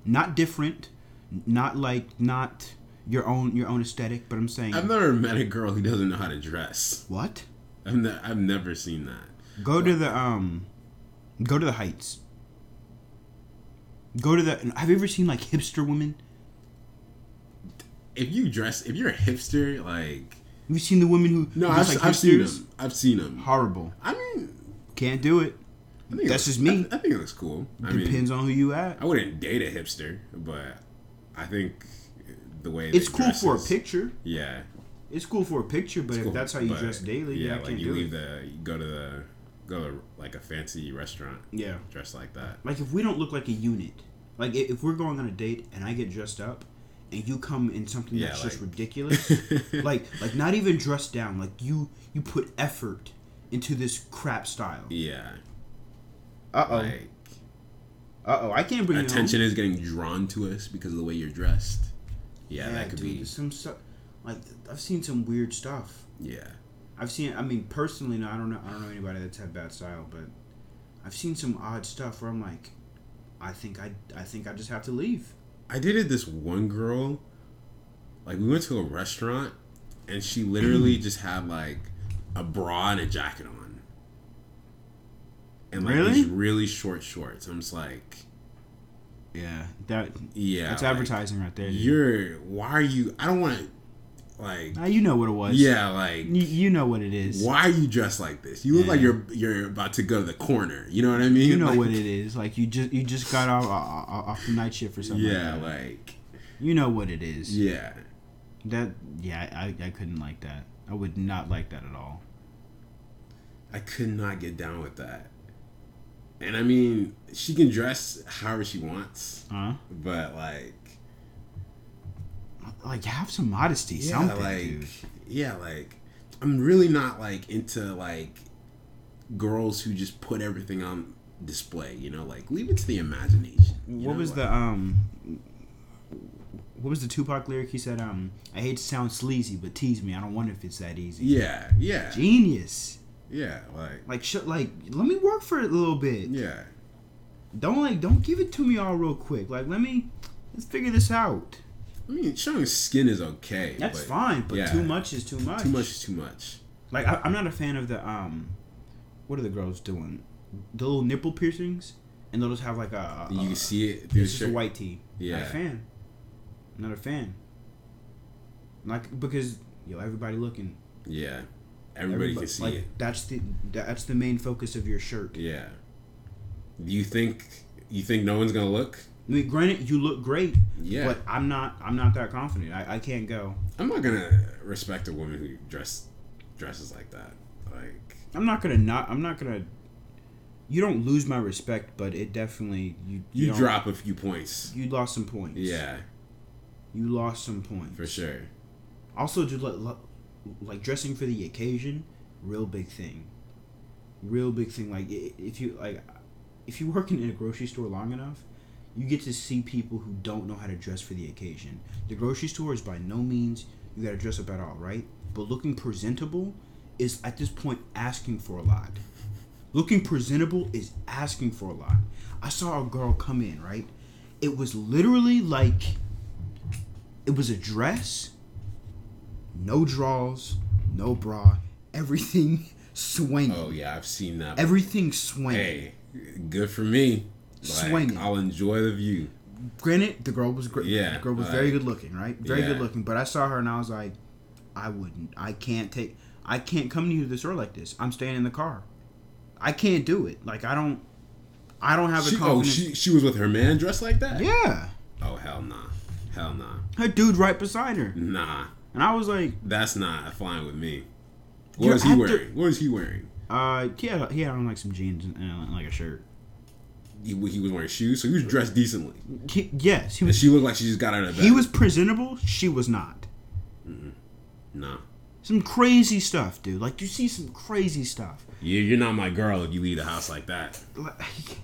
Speaker 1: Not different, n- not like not your own your own aesthetic, but I'm saying
Speaker 2: I've never met a girl who doesn't know how to dress.
Speaker 1: what?
Speaker 2: I've ne- I've never seen that.
Speaker 1: Go to the um, go to the heights. Go to the. Have you ever seen like hipster women?
Speaker 2: If you dress, if you're a hipster, like
Speaker 1: Have you seen the women who
Speaker 2: no,
Speaker 1: who
Speaker 2: I've,
Speaker 1: dress like
Speaker 2: I've seen
Speaker 1: hipsters?
Speaker 2: them. I've seen them.
Speaker 1: Horrible.
Speaker 2: I mean,
Speaker 1: Can't do it.
Speaker 2: I think it
Speaker 1: That's
Speaker 2: looks-
Speaker 1: just me.
Speaker 2: I, I think it looks cool. I mean,
Speaker 1: Depends on who you at.
Speaker 2: I wouldn't date a hipster, but I think the way
Speaker 1: It's
Speaker 2: they
Speaker 1: cool for a
Speaker 2: dresses-
Speaker 1: picture.
Speaker 2: Yeah,
Speaker 1: It's cool for a picture, but
Speaker 2: cool,
Speaker 1: if that's how you
Speaker 2: but,
Speaker 1: dress daily, yeah, I
Speaker 2: like
Speaker 1: can't
Speaker 2: you
Speaker 1: do
Speaker 2: leave
Speaker 1: it.
Speaker 2: the you go to the go to like a fancy restaurant,
Speaker 1: Yeah,
Speaker 2: dress like that.
Speaker 1: like if we don't look like a unit, like i- if we're going on a date and I get dressed up, and you come in something
Speaker 2: Yeah,
Speaker 1: that's just
Speaker 2: like-
Speaker 1: ridiculous, like like not even dressed down, like you you put effort into this crap style.
Speaker 2: yeah,
Speaker 1: Uh oh,
Speaker 2: like
Speaker 1: uh oh, I can't bring
Speaker 2: attention
Speaker 1: It
Speaker 2: is getting drawn to us because of the way you're dressed. Yeah,
Speaker 1: home. Yeah,
Speaker 2: that could
Speaker 1: dude,
Speaker 2: be.
Speaker 1: there's some stuff. Like I've seen some weird stuff.
Speaker 2: Yeah,
Speaker 1: I've seen. I mean, personally, no, I don't know. I don't know anybody that's had bad style, but I've seen some odd stuff where I'm like, I think I, I think I just have to leave.
Speaker 2: I dated this one girl. Like we went to a restaurant, and she literally just had like a bra and a jacket on, and like
Speaker 1: Really?
Speaker 2: these really short shorts. I'm just like,
Speaker 1: Yeah, that
Speaker 2: yeah,
Speaker 1: that's
Speaker 2: like,
Speaker 1: advertising right there. dude.
Speaker 2: You're why are you? I don't want to Like,
Speaker 1: Uh, you know what it was.
Speaker 2: yeah, like
Speaker 1: You, you know what it is.
Speaker 2: why are you dressed like this? You look
Speaker 1: Yeah.
Speaker 2: like you're you're about to go to the corner. You know what I mean?
Speaker 1: You know
Speaker 2: Like,
Speaker 1: what it is. Like you just you just got off off, off the night shift or something.
Speaker 2: Yeah,
Speaker 1: Like that.
Speaker 2: like
Speaker 1: You know what it is.
Speaker 2: yeah.
Speaker 1: That yeah, I, I couldn't like that. I would not like that at all.
Speaker 2: I could not get down with that. And I mean, she can dress however she wants,
Speaker 1: Huh?
Speaker 2: but like,
Speaker 1: Like have some modesty,
Speaker 2: yeah,
Speaker 1: something,
Speaker 2: like,
Speaker 1: dude.
Speaker 2: yeah, like, I'm really not like into like girls who just put everything on display. You know, like leave it to the imagination. you
Speaker 1: What
Speaker 2: know,
Speaker 1: was
Speaker 2: like-
Speaker 1: the um? What was the Tupac lyric? He said, "Um, I hate to sound sleazy, but tease me. I don't wonder if it's that easy."
Speaker 2: Yeah, yeah,
Speaker 1: Genius.
Speaker 2: yeah, like,
Speaker 1: Like, sh- like, let me work for it a little bit.
Speaker 2: yeah,
Speaker 1: Don't like, don't give it to me all real quick. Like, let me, let's figure this out.
Speaker 2: I mean, showing skin is okay.
Speaker 1: That's
Speaker 2: but
Speaker 1: fine, but
Speaker 2: yeah.
Speaker 1: too much is too much.
Speaker 2: Too much is too much.
Speaker 1: Like, I, I'm not a fan of the um, what are the girls doing? The little nipple piercings, and they'll just have like a, a
Speaker 2: You
Speaker 1: a-
Speaker 2: can see it through the
Speaker 1: Uh, it's just
Speaker 2: shirt.
Speaker 1: a white tee.
Speaker 2: Yeah.
Speaker 1: Not a fan. Not a fan. Like because yo, everybody looking.
Speaker 2: Yeah, everybody
Speaker 1: Everybo-
Speaker 2: can see
Speaker 1: like,
Speaker 2: it.
Speaker 1: That's the that's the main focus of your shirt.
Speaker 2: Yeah. Do you think you think no one's gonna look?
Speaker 1: I mean, granted, you look great.
Speaker 2: Yeah.
Speaker 1: But I'm not I'm not that confident. I, I can't go.
Speaker 2: I'm not gonna respect a woman who dress dresses like that. Like
Speaker 1: I'm not gonna not I'm not gonna. You don't lose my respect, but it definitely you
Speaker 2: you,
Speaker 1: don't-
Speaker 2: drop a few points.
Speaker 1: You lost some points.
Speaker 2: Yeah,
Speaker 1: You lost some points.
Speaker 2: for sure.
Speaker 1: Also, just like, lo- like dressing for the occasion, real big thing. Real big thing. Like i- if you like, if you work in a grocery store long enough, you get to see people who don't know how to dress for the occasion. The grocery store is by no means you got to dress up at all, right? But looking presentable is at this point asking for a lot. Looking presentable is asking for a lot. I saw a girl come in, right? It was literally like it was a dress no draws, no bra, everything swinging,
Speaker 2: Oh yeah, I've seen that.
Speaker 1: everything swinging.
Speaker 2: hey, good for me. Like,
Speaker 1: Swinging.
Speaker 2: I'll enjoy the view.
Speaker 1: Granted, the girl was great.
Speaker 2: Yeah,
Speaker 1: the girl was very
Speaker 2: like-
Speaker 1: good looking, right? Very
Speaker 2: Yeah.
Speaker 1: good looking. But I saw her and I was like, I wouldn't. I can't take. I can't come to you this store like this. I'm staying in the car. I can't do it. Like I don't. I don't have a
Speaker 2: She, oh,
Speaker 1: confidence.
Speaker 2: she she was with her man dressed like that.
Speaker 1: yeah,
Speaker 2: Oh hell nah, hell nah,
Speaker 1: her dude right beside her,
Speaker 2: nah.
Speaker 1: and I was like,
Speaker 2: That's not flying with me. What
Speaker 1: You're
Speaker 2: was he
Speaker 1: at the-
Speaker 2: wearing? What was he wearing?
Speaker 1: uh, yeah, he had on like some jeans and, and like a shirt.
Speaker 2: He, he was wearing shoes, so he was dressed decently.
Speaker 1: He, yes, he
Speaker 2: And
Speaker 1: was.
Speaker 2: she looked like she just got out of bed.
Speaker 1: He was presentable. She was not.
Speaker 2: Nah.
Speaker 1: some crazy stuff, dude. Like you see some crazy stuff.
Speaker 2: You, you're not my girl if you leave the house like that.
Speaker 1: Like,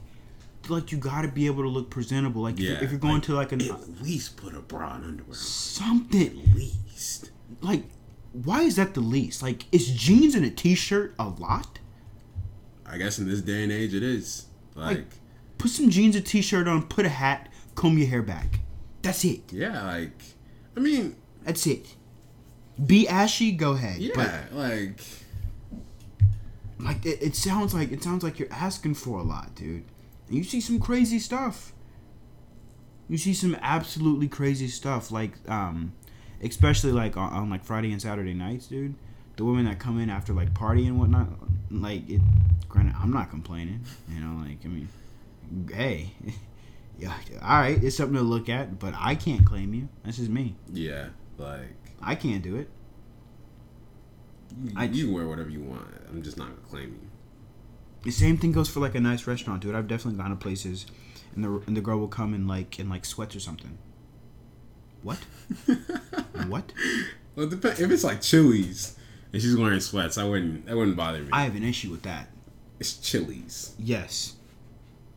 Speaker 1: like you got to be able to look presentable. Like if,
Speaker 2: Yeah,
Speaker 1: you're, if you're going to like a
Speaker 2: At least put a bra and underwear. on.
Speaker 1: something,
Speaker 2: At least.
Speaker 1: like why is that the least? Like is jeans and a t-shirt a lot?
Speaker 2: I guess in this day and age, it is. Like,
Speaker 1: Like- Put some jeans, a t-shirt on, put a hat, comb your hair back. That's it.
Speaker 2: yeah, like, I mean,
Speaker 1: That's it. Be ashy, go ahead.
Speaker 2: yeah,
Speaker 1: But
Speaker 2: like,
Speaker 1: like it, it sounds like it sounds like you're asking for a lot, dude. And you see some crazy stuff. You see some absolutely crazy stuff, like um, especially like on, on like Friday and Saturday nights, dude. The women that come in after like party and whatnot, like it. Granted, I'm not complaining, you know. Like I mean, hey, yeah, all right, it's something to look at, but I can't claim you. That's just me.
Speaker 2: yeah, like,
Speaker 1: I can't do it.
Speaker 2: you,
Speaker 1: I-
Speaker 2: you can wear whatever you want. I'm just not gonna claim you.
Speaker 1: The same thing goes for like a nice restaurant, dude. I've definitely gone to places, and the and the girl will come in like in like sweats or something. What? what?
Speaker 2: Well, it depends. If it's like Chili's and she's wearing sweats, I wouldn't. That wouldn't bother me.
Speaker 1: I have an issue with that.
Speaker 2: it's Chili's.
Speaker 1: Yes.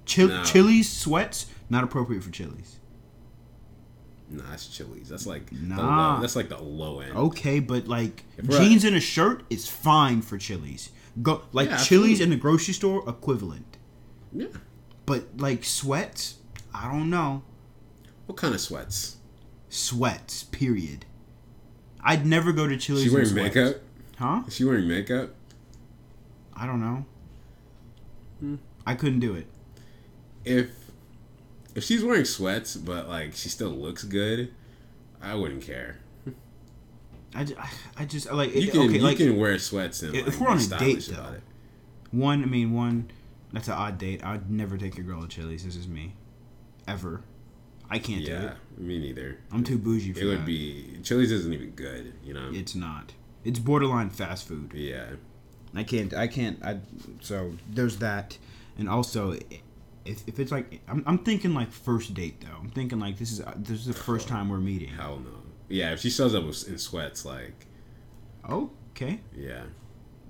Speaker 1: Chil-
Speaker 2: No.
Speaker 1: Chili's sweats not appropriate for Chili's.
Speaker 2: Nah, it's Chili's. That's like the
Speaker 1: Nah. Oh.
Speaker 2: low, That's like the low end.
Speaker 1: Okay, but like
Speaker 2: If we're at-
Speaker 1: jeans and a shirt is fine for Chili's. Go like
Speaker 2: Yeah,
Speaker 1: Chili's
Speaker 2: absolutely.
Speaker 1: in the grocery store equivalent,
Speaker 2: Yeah.
Speaker 1: but like sweats, I don't know.
Speaker 2: What kind of sweats?
Speaker 1: Sweats, period. I'd never go to Chili's.
Speaker 2: She
Speaker 1: in
Speaker 2: wearing
Speaker 1: sweats.
Speaker 2: makeup?
Speaker 1: Huh?
Speaker 2: Is she wearing makeup?
Speaker 1: I don't know. I couldn't do it.
Speaker 2: if if she's wearing sweats but like she still looks good, I wouldn't care.
Speaker 1: I just, I just I like
Speaker 2: You
Speaker 1: it-
Speaker 2: can
Speaker 1: okay
Speaker 2: you
Speaker 1: like
Speaker 2: can wear sweats and
Speaker 1: if
Speaker 2: like,
Speaker 1: we're on a
Speaker 2: be stylish
Speaker 1: date,
Speaker 2: about
Speaker 1: though.
Speaker 2: it.
Speaker 1: one. I mean one. That's an odd date. I'd never take a girl to Chili's. This is me, ever. I can't do
Speaker 2: Yeah,
Speaker 1: it.
Speaker 2: me neither.
Speaker 1: I'm too bougie for
Speaker 2: It would
Speaker 1: that.
Speaker 2: be Chili's isn't even good, you know.
Speaker 1: It's not. It's borderline fast food.
Speaker 2: yeah,
Speaker 1: I can't. I can't. I. So there's that, and also, i- if, if it's like I'm, I'm thinking like first date though. I'm thinking like this is this is the first time we're meeting.
Speaker 2: hell no. Yeah, if she shows up with- in sweats, like
Speaker 1: Okay.
Speaker 2: yeah,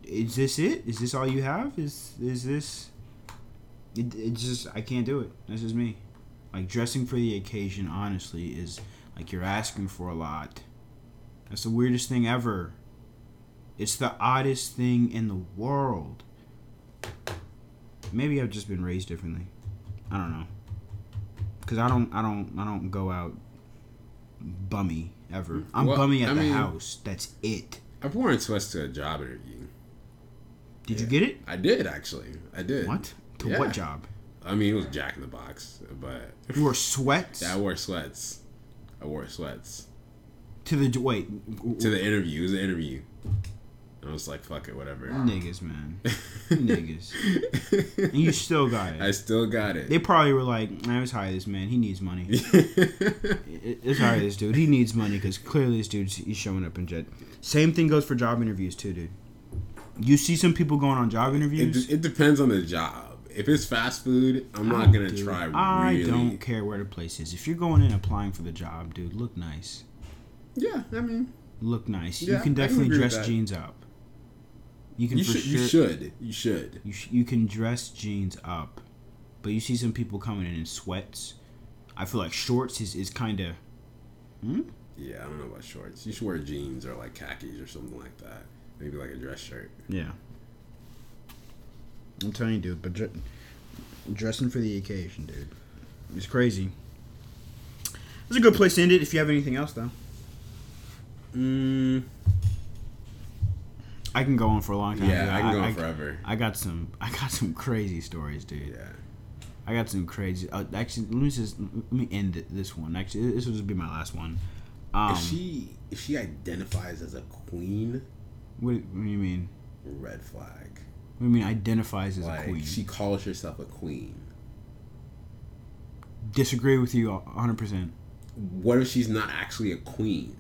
Speaker 1: Is this it? Is this all you have? Is is this? It, it just I can't do it. This is me. Like dressing for the occasion, honestly, is like you're asking for a lot. That's the weirdest thing ever. It's the oddest thing in the world. Maybe I've just been raised differently. I don't know. Cause I don't, I don't, I don't go out bummy ever. I'm
Speaker 2: Mm. Well,
Speaker 1: bummy at
Speaker 2: I
Speaker 1: the
Speaker 2: mean-
Speaker 1: house. That's it.
Speaker 2: I've worn sweats to a job interview.
Speaker 1: Did you
Speaker 2: Yeah.
Speaker 1: get it?
Speaker 2: I did actually. I did.
Speaker 1: What? To
Speaker 2: Yeah.
Speaker 1: what job?
Speaker 2: I mean, it was Jack in the Box, but
Speaker 1: You wore sweats
Speaker 2: I wore sweats. I wore sweats
Speaker 1: to the wait
Speaker 2: to the interview. It was an interview. And I was like, fuck it, whatever.
Speaker 1: niggas, man, niggas. And you still got
Speaker 2: I
Speaker 1: it.
Speaker 2: still got
Speaker 1: They
Speaker 2: it.
Speaker 1: probably were like, "Man, let's hire this man. He needs money.
Speaker 2: yeah,
Speaker 1: Let's hire this dude. He needs money because clearly this dude's he's showing up in jet." Same thing goes for job interviews too, dude. You see some people going on job
Speaker 2: it,
Speaker 1: interviews.
Speaker 2: de- it depends on the job. If it's fast food, I'm
Speaker 1: I
Speaker 2: not
Speaker 1: don't
Speaker 2: gonna
Speaker 1: do
Speaker 2: try.
Speaker 1: it. Oh, I
Speaker 2: really.
Speaker 1: don't care where the place is. If you're going in applying for the job, dude, look nice.
Speaker 2: Yeah, I mean,
Speaker 1: Look nice.
Speaker 2: Yeah,
Speaker 1: you
Speaker 2: I
Speaker 1: can
Speaker 2: can
Speaker 1: definitely
Speaker 2: agree with
Speaker 1: dress
Speaker 2: that.
Speaker 1: jeans up. You can
Speaker 2: you
Speaker 1: for
Speaker 2: should.
Speaker 1: sure.
Speaker 2: You should. You should.
Speaker 1: You, sh- you can dress jeans up, but you see some people coming in in sweats. I feel like shorts is, is kind of.
Speaker 2: Yeah, I don't know about shorts. You should wear jeans or like khakis or something like that. Maybe like a dress shirt.
Speaker 1: Yeah. I'm telling you, dude, but dre- dressing for the occasion, dude. It's crazy. It's a good place to end it if you have anything else, though.
Speaker 2: Mm,
Speaker 1: I can go on for a long time. dude.
Speaker 2: yeah, I can go on forever.
Speaker 1: I got some, I got some crazy stories, dude.
Speaker 2: Yeah.
Speaker 1: I got some crazy. Uh, actually, let me just let me end it- this one. Actually, this will just be my last one. Um,
Speaker 2: if she if she identifies as a queen,
Speaker 1: what, do- what do you mean?
Speaker 2: red flag.
Speaker 1: What do you mean identifies as
Speaker 2: like
Speaker 1: a queen?
Speaker 2: she calls herself a queen.
Speaker 1: Disagree with you 100%.
Speaker 2: What if she's not actually a queen?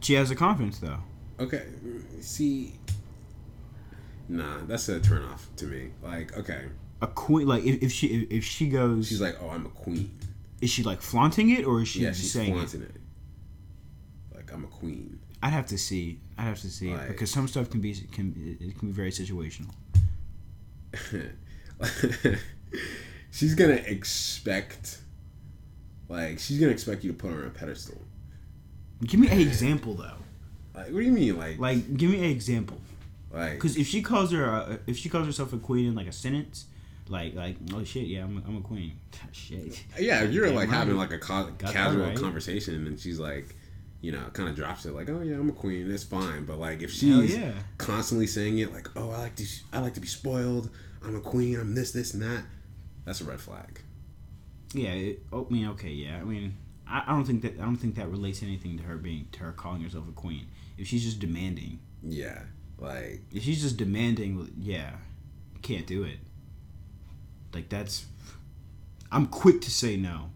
Speaker 1: She has the confidence, though.
Speaker 2: Okay, see, nah, that's a turnoff to me. Like, okay,
Speaker 1: A queen, like if, if she if, if she goes,
Speaker 2: she's like, oh, I'm a queen.
Speaker 1: is she like flaunting it or is she
Speaker 2: yeah,
Speaker 1: just
Speaker 2: she's
Speaker 1: saying? it?
Speaker 2: flaunting it. Like, I'm a queen.
Speaker 1: I'd have to see. I'd have to see
Speaker 2: Like-
Speaker 1: because some stuff can be can it can be very situational.
Speaker 2: she's gonna expect, like, she's gonna expect you to put her on a pedestal.
Speaker 1: Give me an example though.
Speaker 2: Like, what do you mean, like, like,
Speaker 1: Like, give me an example.
Speaker 2: like
Speaker 1: Because if she calls her a, if she calls herself a queen in like a sentence, like like oh shit yeah I'm a, I'm a queen. shit.
Speaker 2: Yeah, if you're
Speaker 1: Damn
Speaker 2: like
Speaker 1: right.
Speaker 2: having like a ca-
Speaker 1: that
Speaker 2: casual
Speaker 1: right.
Speaker 2: conversation, and then she's like, you know, kind of drops it, like, "Oh yeah, I'm a queen, that's fine." But like, if
Speaker 1: Hell
Speaker 2: she's
Speaker 1: yeah.
Speaker 2: constantly saying it, like, "Oh, I like to, I like to be spoiled. I'm a queen. I'm this, this, and that," that's a red flag.
Speaker 1: Yeah, it, oh, I mean, okay, yeah. I mean, I, I don't think that I don't think that relates anything to her being to her calling herself a queen. If she's just demanding,
Speaker 2: Yeah, like,
Speaker 1: if she's just demanding, well, yeah, can't do it. Like that's, I'm quick to say no.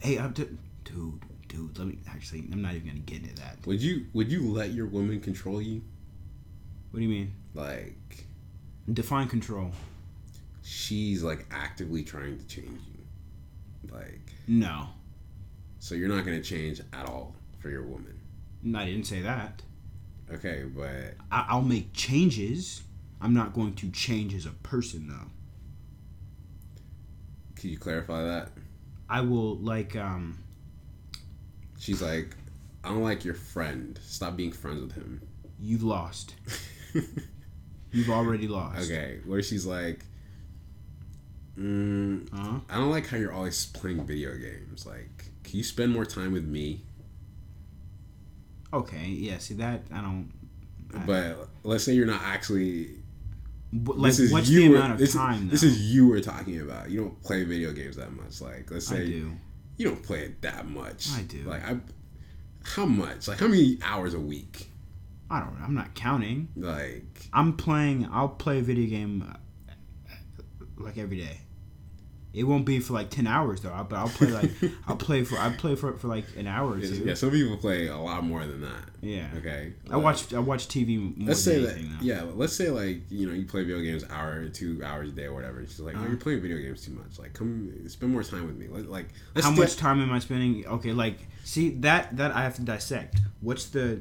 Speaker 1: Hey, I'm t- dude, dude. Let me actually. I'm not even gonna get into that.
Speaker 2: would you would you let your woman control you?
Speaker 1: What do you mean?
Speaker 2: Like,
Speaker 1: Define control.
Speaker 2: she's like actively trying to change you, like,
Speaker 1: No,
Speaker 2: so you're not gonna change at all for your woman.
Speaker 1: I didn't say that.
Speaker 2: Okay, but
Speaker 1: I- I'll make changes. I'm not going to change as a person though.
Speaker 2: can you clarify that?
Speaker 1: I will like um.
Speaker 2: She's like, I don't like your friend. Stop being friends with him.
Speaker 1: You've lost. You've already lost.
Speaker 2: okay, where she's like, mm,
Speaker 1: Uh-huh.
Speaker 2: I don't like how you're always playing video games. Like, can you spend more time with me?
Speaker 1: Okay. Yeah. See that I don't. I-
Speaker 2: But let's say you're not actually.
Speaker 1: But, like,
Speaker 2: This is
Speaker 1: what's
Speaker 2: you
Speaker 1: the
Speaker 2: were-
Speaker 1: amount of
Speaker 2: this,
Speaker 1: time?
Speaker 2: This
Speaker 1: though?
Speaker 2: is you were talking about. You don't play video games that much. Like, let's
Speaker 1: I
Speaker 2: say
Speaker 1: do.
Speaker 2: you don't play it that much.
Speaker 1: I do.
Speaker 2: Like I, how much? Like how many hours a week?
Speaker 1: I don't know. I'm not counting.
Speaker 2: Like
Speaker 1: I'm playing. I'll play a video game uh, like every day. It won't be for like ten hours though. I- But I'll play like I'll play for I play for for like an hour or two.
Speaker 2: yeah, some people play a lot more than that.
Speaker 1: Yeah.
Speaker 2: Okay.
Speaker 1: I watch I watch TV more
Speaker 2: Let's
Speaker 1: than
Speaker 2: say that,
Speaker 1: anything though.
Speaker 2: yeah. Let's say like you know you play video games hour, two hours a day or whatever. She's like, oh,
Speaker 1: Uh-huh.
Speaker 2: you're playing video games too much. Like, come spend more time with me. Let- Like, let's
Speaker 1: How
Speaker 2: do-
Speaker 1: much time am I spending? Okay, like see that that I have to dissect. What's the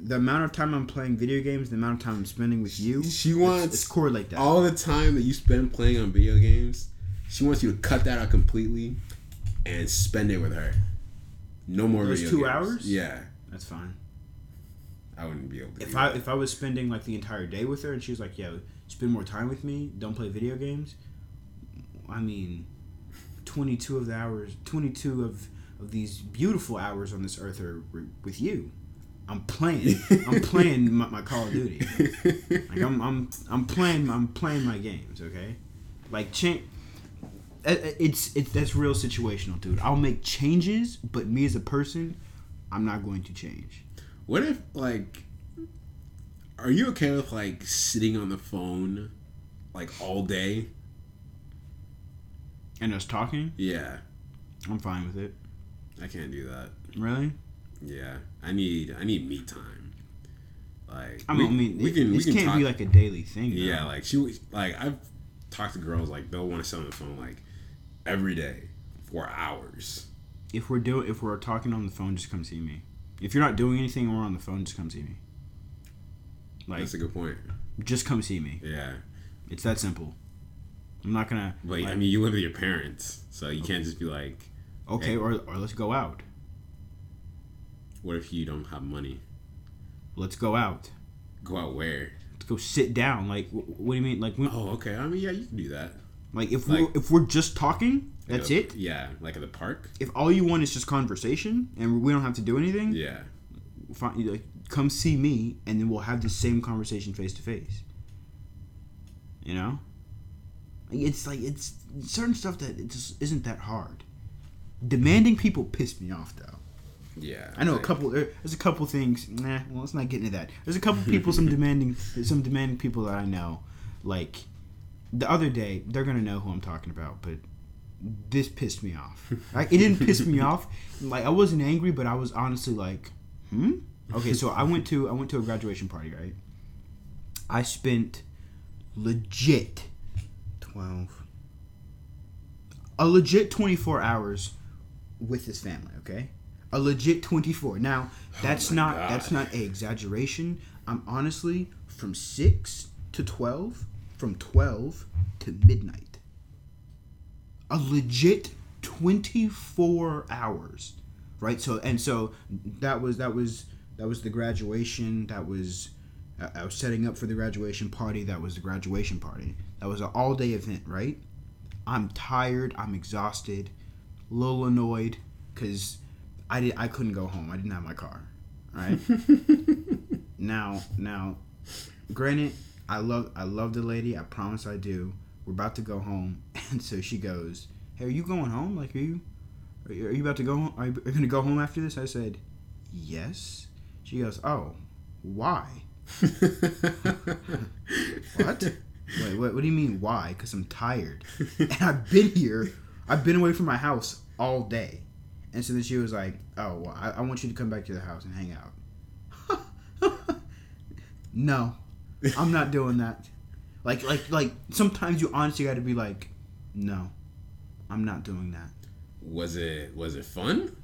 Speaker 1: the amount of time I'm playing video games, the amount of time I'm spending with you?
Speaker 2: She
Speaker 1: Let's-
Speaker 2: wants
Speaker 1: let's, correlate that.
Speaker 2: all the time that you spend playing on video games, she wants you to cut that out completely and spend it with her. No more
Speaker 1: Those
Speaker 2: video
Speaker 1: two
Speaker 2: games.
Speaker 1: hours?
Speaker 2: Yeah,
Speaker 1: That's fine.
Speaker 2: I wouldn't be able to.
Speaker 1: If
Speaker 2: do
Speaker 1: I
Speaker 2: that.
Speaker 1: if I was spending like the entire day with her and she was like, "Yo, spend more time with me. Don't play video games." I mean, 22 of the hours, 22 of of these beautiful hours on this earth are w- with you. I'm playing. I'm playing my, my Call of Duty. Like I'm, I'm, I'm playing, I'm playing my games. Okay, like change. It's, it's that's real situational, dude. I'll make changes, but me as a person, I'm not going to change.
Speaker 2: what if like, are you okay with like sitting on the phone, like all day?
Speaker 1: And us talking,
Speaker 2: Yeah,
Speaker 1: I'm fine with it.
Speaker 2: I can't do that.
Speaker 1: Really?
Speaker 2: Yeah, I need I need me time. Like
Speaker 1: I mean, I mean it- this can't
Speaker 2: talk-
Speaker 1: be like a daily thing. though.
Speaker 2: Yeah, like she was like I've talked to girls like they'll want to sit on the phone like every day for hours.
Speaker 1: If we're doing, if we're talking on the phone, just come see me. If you're not doing anything and we're on the phone, just come see me. Like,
Speaker 2: That's a good point.
Speaker 1: just come see me.
Speaker 2: Yeah,
Speaker 1: It's that simple. I'm not gonna.
Speaker 2: but I
Speaker 1: like, Oh.
Speaker 2: mean, you live with your parents, so you can't just be like,
Speaker 1: okay, or or let's go out.
Speaker 2: "What if you don't have money?
Speaker 1: Let's go out.
Speaker 2: Go out where?"
Speaker 1: Let's go sit down. Like, wh- what do you mean? Like, we,
Speaker 2: Oh, okay. I mean, yeah, you can do that.
Speaker 1: like if
Speaker 2: like-
Speaker 1: we're if we're just talking,
Speaker 2: Like
Speaker 1: that's
Speaker 2: a-
Speaker 1: it.
Speaker 2: Yeah, like at the park.
Speaker 1: If all you want is just conversation and we don't have to do anything,
Speaker 2: Yeah,
Speaker 1: fine, you like, come see me, and then we'll have the same conversation face to face. You know, Like, it's like it's certain stuff that it just isn't that hard. Demanding people piss me off though.
Speaker 2: yeah.
Speaker 1: I know a
Speaker 2: like-
Speaker 1: couple. there- There's a couple things. Nah, well, let's not get into that. There's a couple people. some demanding. Some demanding people that I know. Like the other day, they're gonna know who I'm talking about. But this pissed me off. Like it didn't piss me off. Like I wasn't angry, but I was honestly like, hmm. Okay, so I went to I went to a graduation party. Right. I spent legit twelve. A legit twenty four hours with his family. Okay, a legit twenty four. Now that's
Speaker 2: Oh my
Speaker 1: not
Speaker 2: God.
Speaker 1: that's not an exaggeration. I'm honestly from six to twelve, from twelve to midnight. A legit twenty four hours, right? So and so that was that was that was the graduation. That was. I- I was setting up for the graduation party. That was the graduation party. That was an all day event, right? I'm tired. I'm exhausted. A little annoyed because I did. I couldn't go home. I didn't have my car. Right now, now, granted, I love I love the lady. I promise I do. We're about to go home, and so she goes, "Hey, are you going home? Like, are you are you, are you about to go? Home? Are you going to go home after this?" I said, "Yes." She goes, "Oh, why?" What? Wait, what, what do you mean? Why? Because I'm tired, and I've been here. I've been away from my house all day, and so then she was like, "Oh, well, I, I want you to come back to the house and hang out." no, I'm not doing that. Like, like, like. Sometimes you honestly got to be like, "No, I'm not doing that."
Speaker 2: Was it was it fun?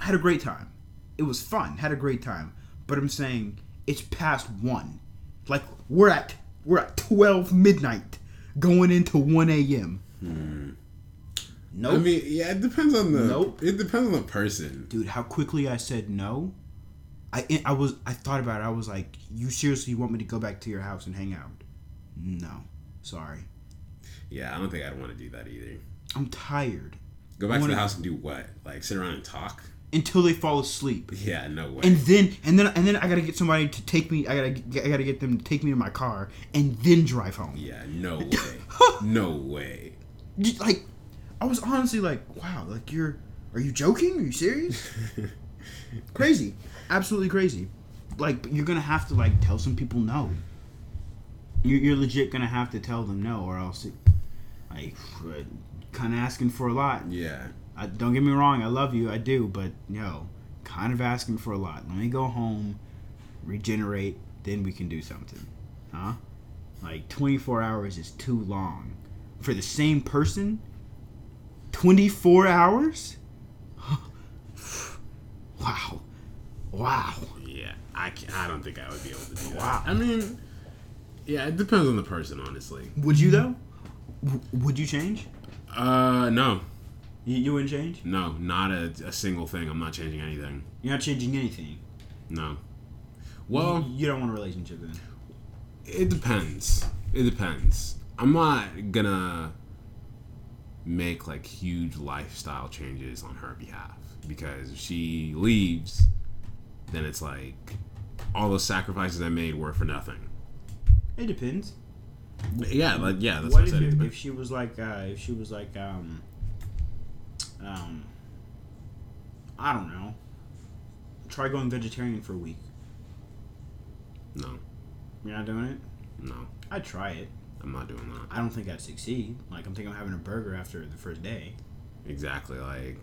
Speaker 1: I had a great time. It was fun. Had a great time. But I'm saying it's past one. Like we're at we're at twelve midnight, going into one a.m. Nope,
Speaker 2: I mean, yeah, it depends on the.
Speaker 1: Nope.
Speaker 2: It depends on the person.
Speaker 1: dude. How quickly I said no. I I was I thought about it. I was like, you seriously want me to go back to your house and hang out? No, sorry.
Speaker 2: Yeah, I don't think I'd want to do that either.
Speaker 1: I'm tired.
Speaker 2: Go back to
Speaker 1: wanna-
Speaker 2: the house and do what? Like sit around and talk?
Speaker 1: Until they fall asleep.
Speaker 2: Yeah, no way.
Speaker 1: and then and then and then I gotta get somebody to take me. I gotta get- I gotta get them to take me to my car and then drive home.
Speaker 2: yeah, no way. no way.
Speaker 1: Just, like I was honestly like, wow, like you're are you joking? Are you serious? crazy, absolutely crazy. Like you're gonna have to like tell some people no. You- You're legit gonna have to tell them no, or else, it, like, kind of asking for a lot.
Speaker 2: Yeah.
Speaker 1: I, don't get me wrong, I love you, I do, but no, kind of asking for a lot. Let me go home, regenerate, then we can do something, huh? Like 24 hours is too long for the same person. 24 hours? wow, wow.
Speaker 2: Yeah, I, ca- I don't think I would be able to do that.
Speaker 1: Wow.
Speaker 2: I mean, yeah, it depends on the person, honestly.
Speaker 1: Would you though? W- would you change?
Speaker 2: Uh, no,
Speaker 1: You, you wouldn't change.
Speaker 2: no, not a, a single thing. I'm not changing anything.
Speaker 1: You're not changing anything.
Speaker 2: No.
Speaker 1: Well,
Speaker 2: Well,
Speaker 1: you don't want a relationship then.
Speaker 2: it depends. It depends. I'm not gonna make like huge lifestyle changes on her behalf because if she leaves, then it's like all those sacrifices I made were for nothing.
Speaker 1: It depends.
Speaker 2: Yeah, like yeah, that's what,
Speaker 1: what
Speaker 2: I
Speaker 1: if,
Speaker 2: said.
Speaker 1: it-
Speaker 2: It
Speaker 1: if she was like uh, if she was like um um I don't know. Try going vegetarian for a week.
Speaker 2: depends. no,
Speaker 1: You're not doing it.
Speaker 2: no,
Speaker 1: I'd try it.
Speaker 2: I'm not doing that.
Speaker 1: I don't think I'd succeed. Like I'm thinking I'm having a burger after the first day.
Speaker 2: Exactly. Like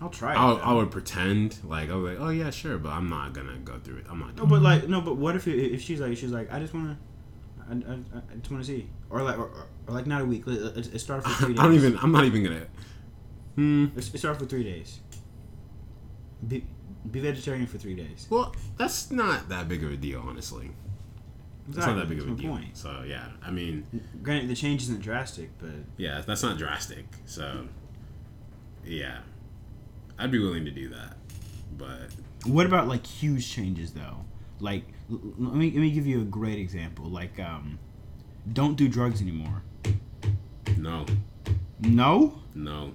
Speaker 1: I'll try it.
Speaker 2: I,
Speaker 1: though.
Speaker 2: I would pretend like I was like, oh yeah, sure, but I'm not gonna go through it. I'm not.
Speaker 1: no,
Speaker 2: Doing
Speaker 1: but like no, but what if it, if she's like she's like I just wanna. I, I, I just want to see, or like, or, or- or like not a week. Let- let- Let's, let's start for
Speaker 2: it.
Speaker 1: three days.
Speaker 2: I don't even. I'm not even gonna. Hmm.
Speaker 1: Let's, let's start for three days. Be, be vegetarian for three days.
Speaker 2: Well, that's not that big of a deal, honestly. That's not that big of a
Speaker 1: That's my
Speaker 2: deal. So yeah, I mean,
Speaker 1: Granted, the change isn't drastic, but
Speaker 2: yeah, that's not drastic. So yeah, I'd be willing to do that, but
Speaker 1: what about like huge changes though? Like, l- l- let me let me give you a great example. Like, um, don't do drugs anymore.
Speaker 2: no,
Speaker 1: No,
Speaker 2: no,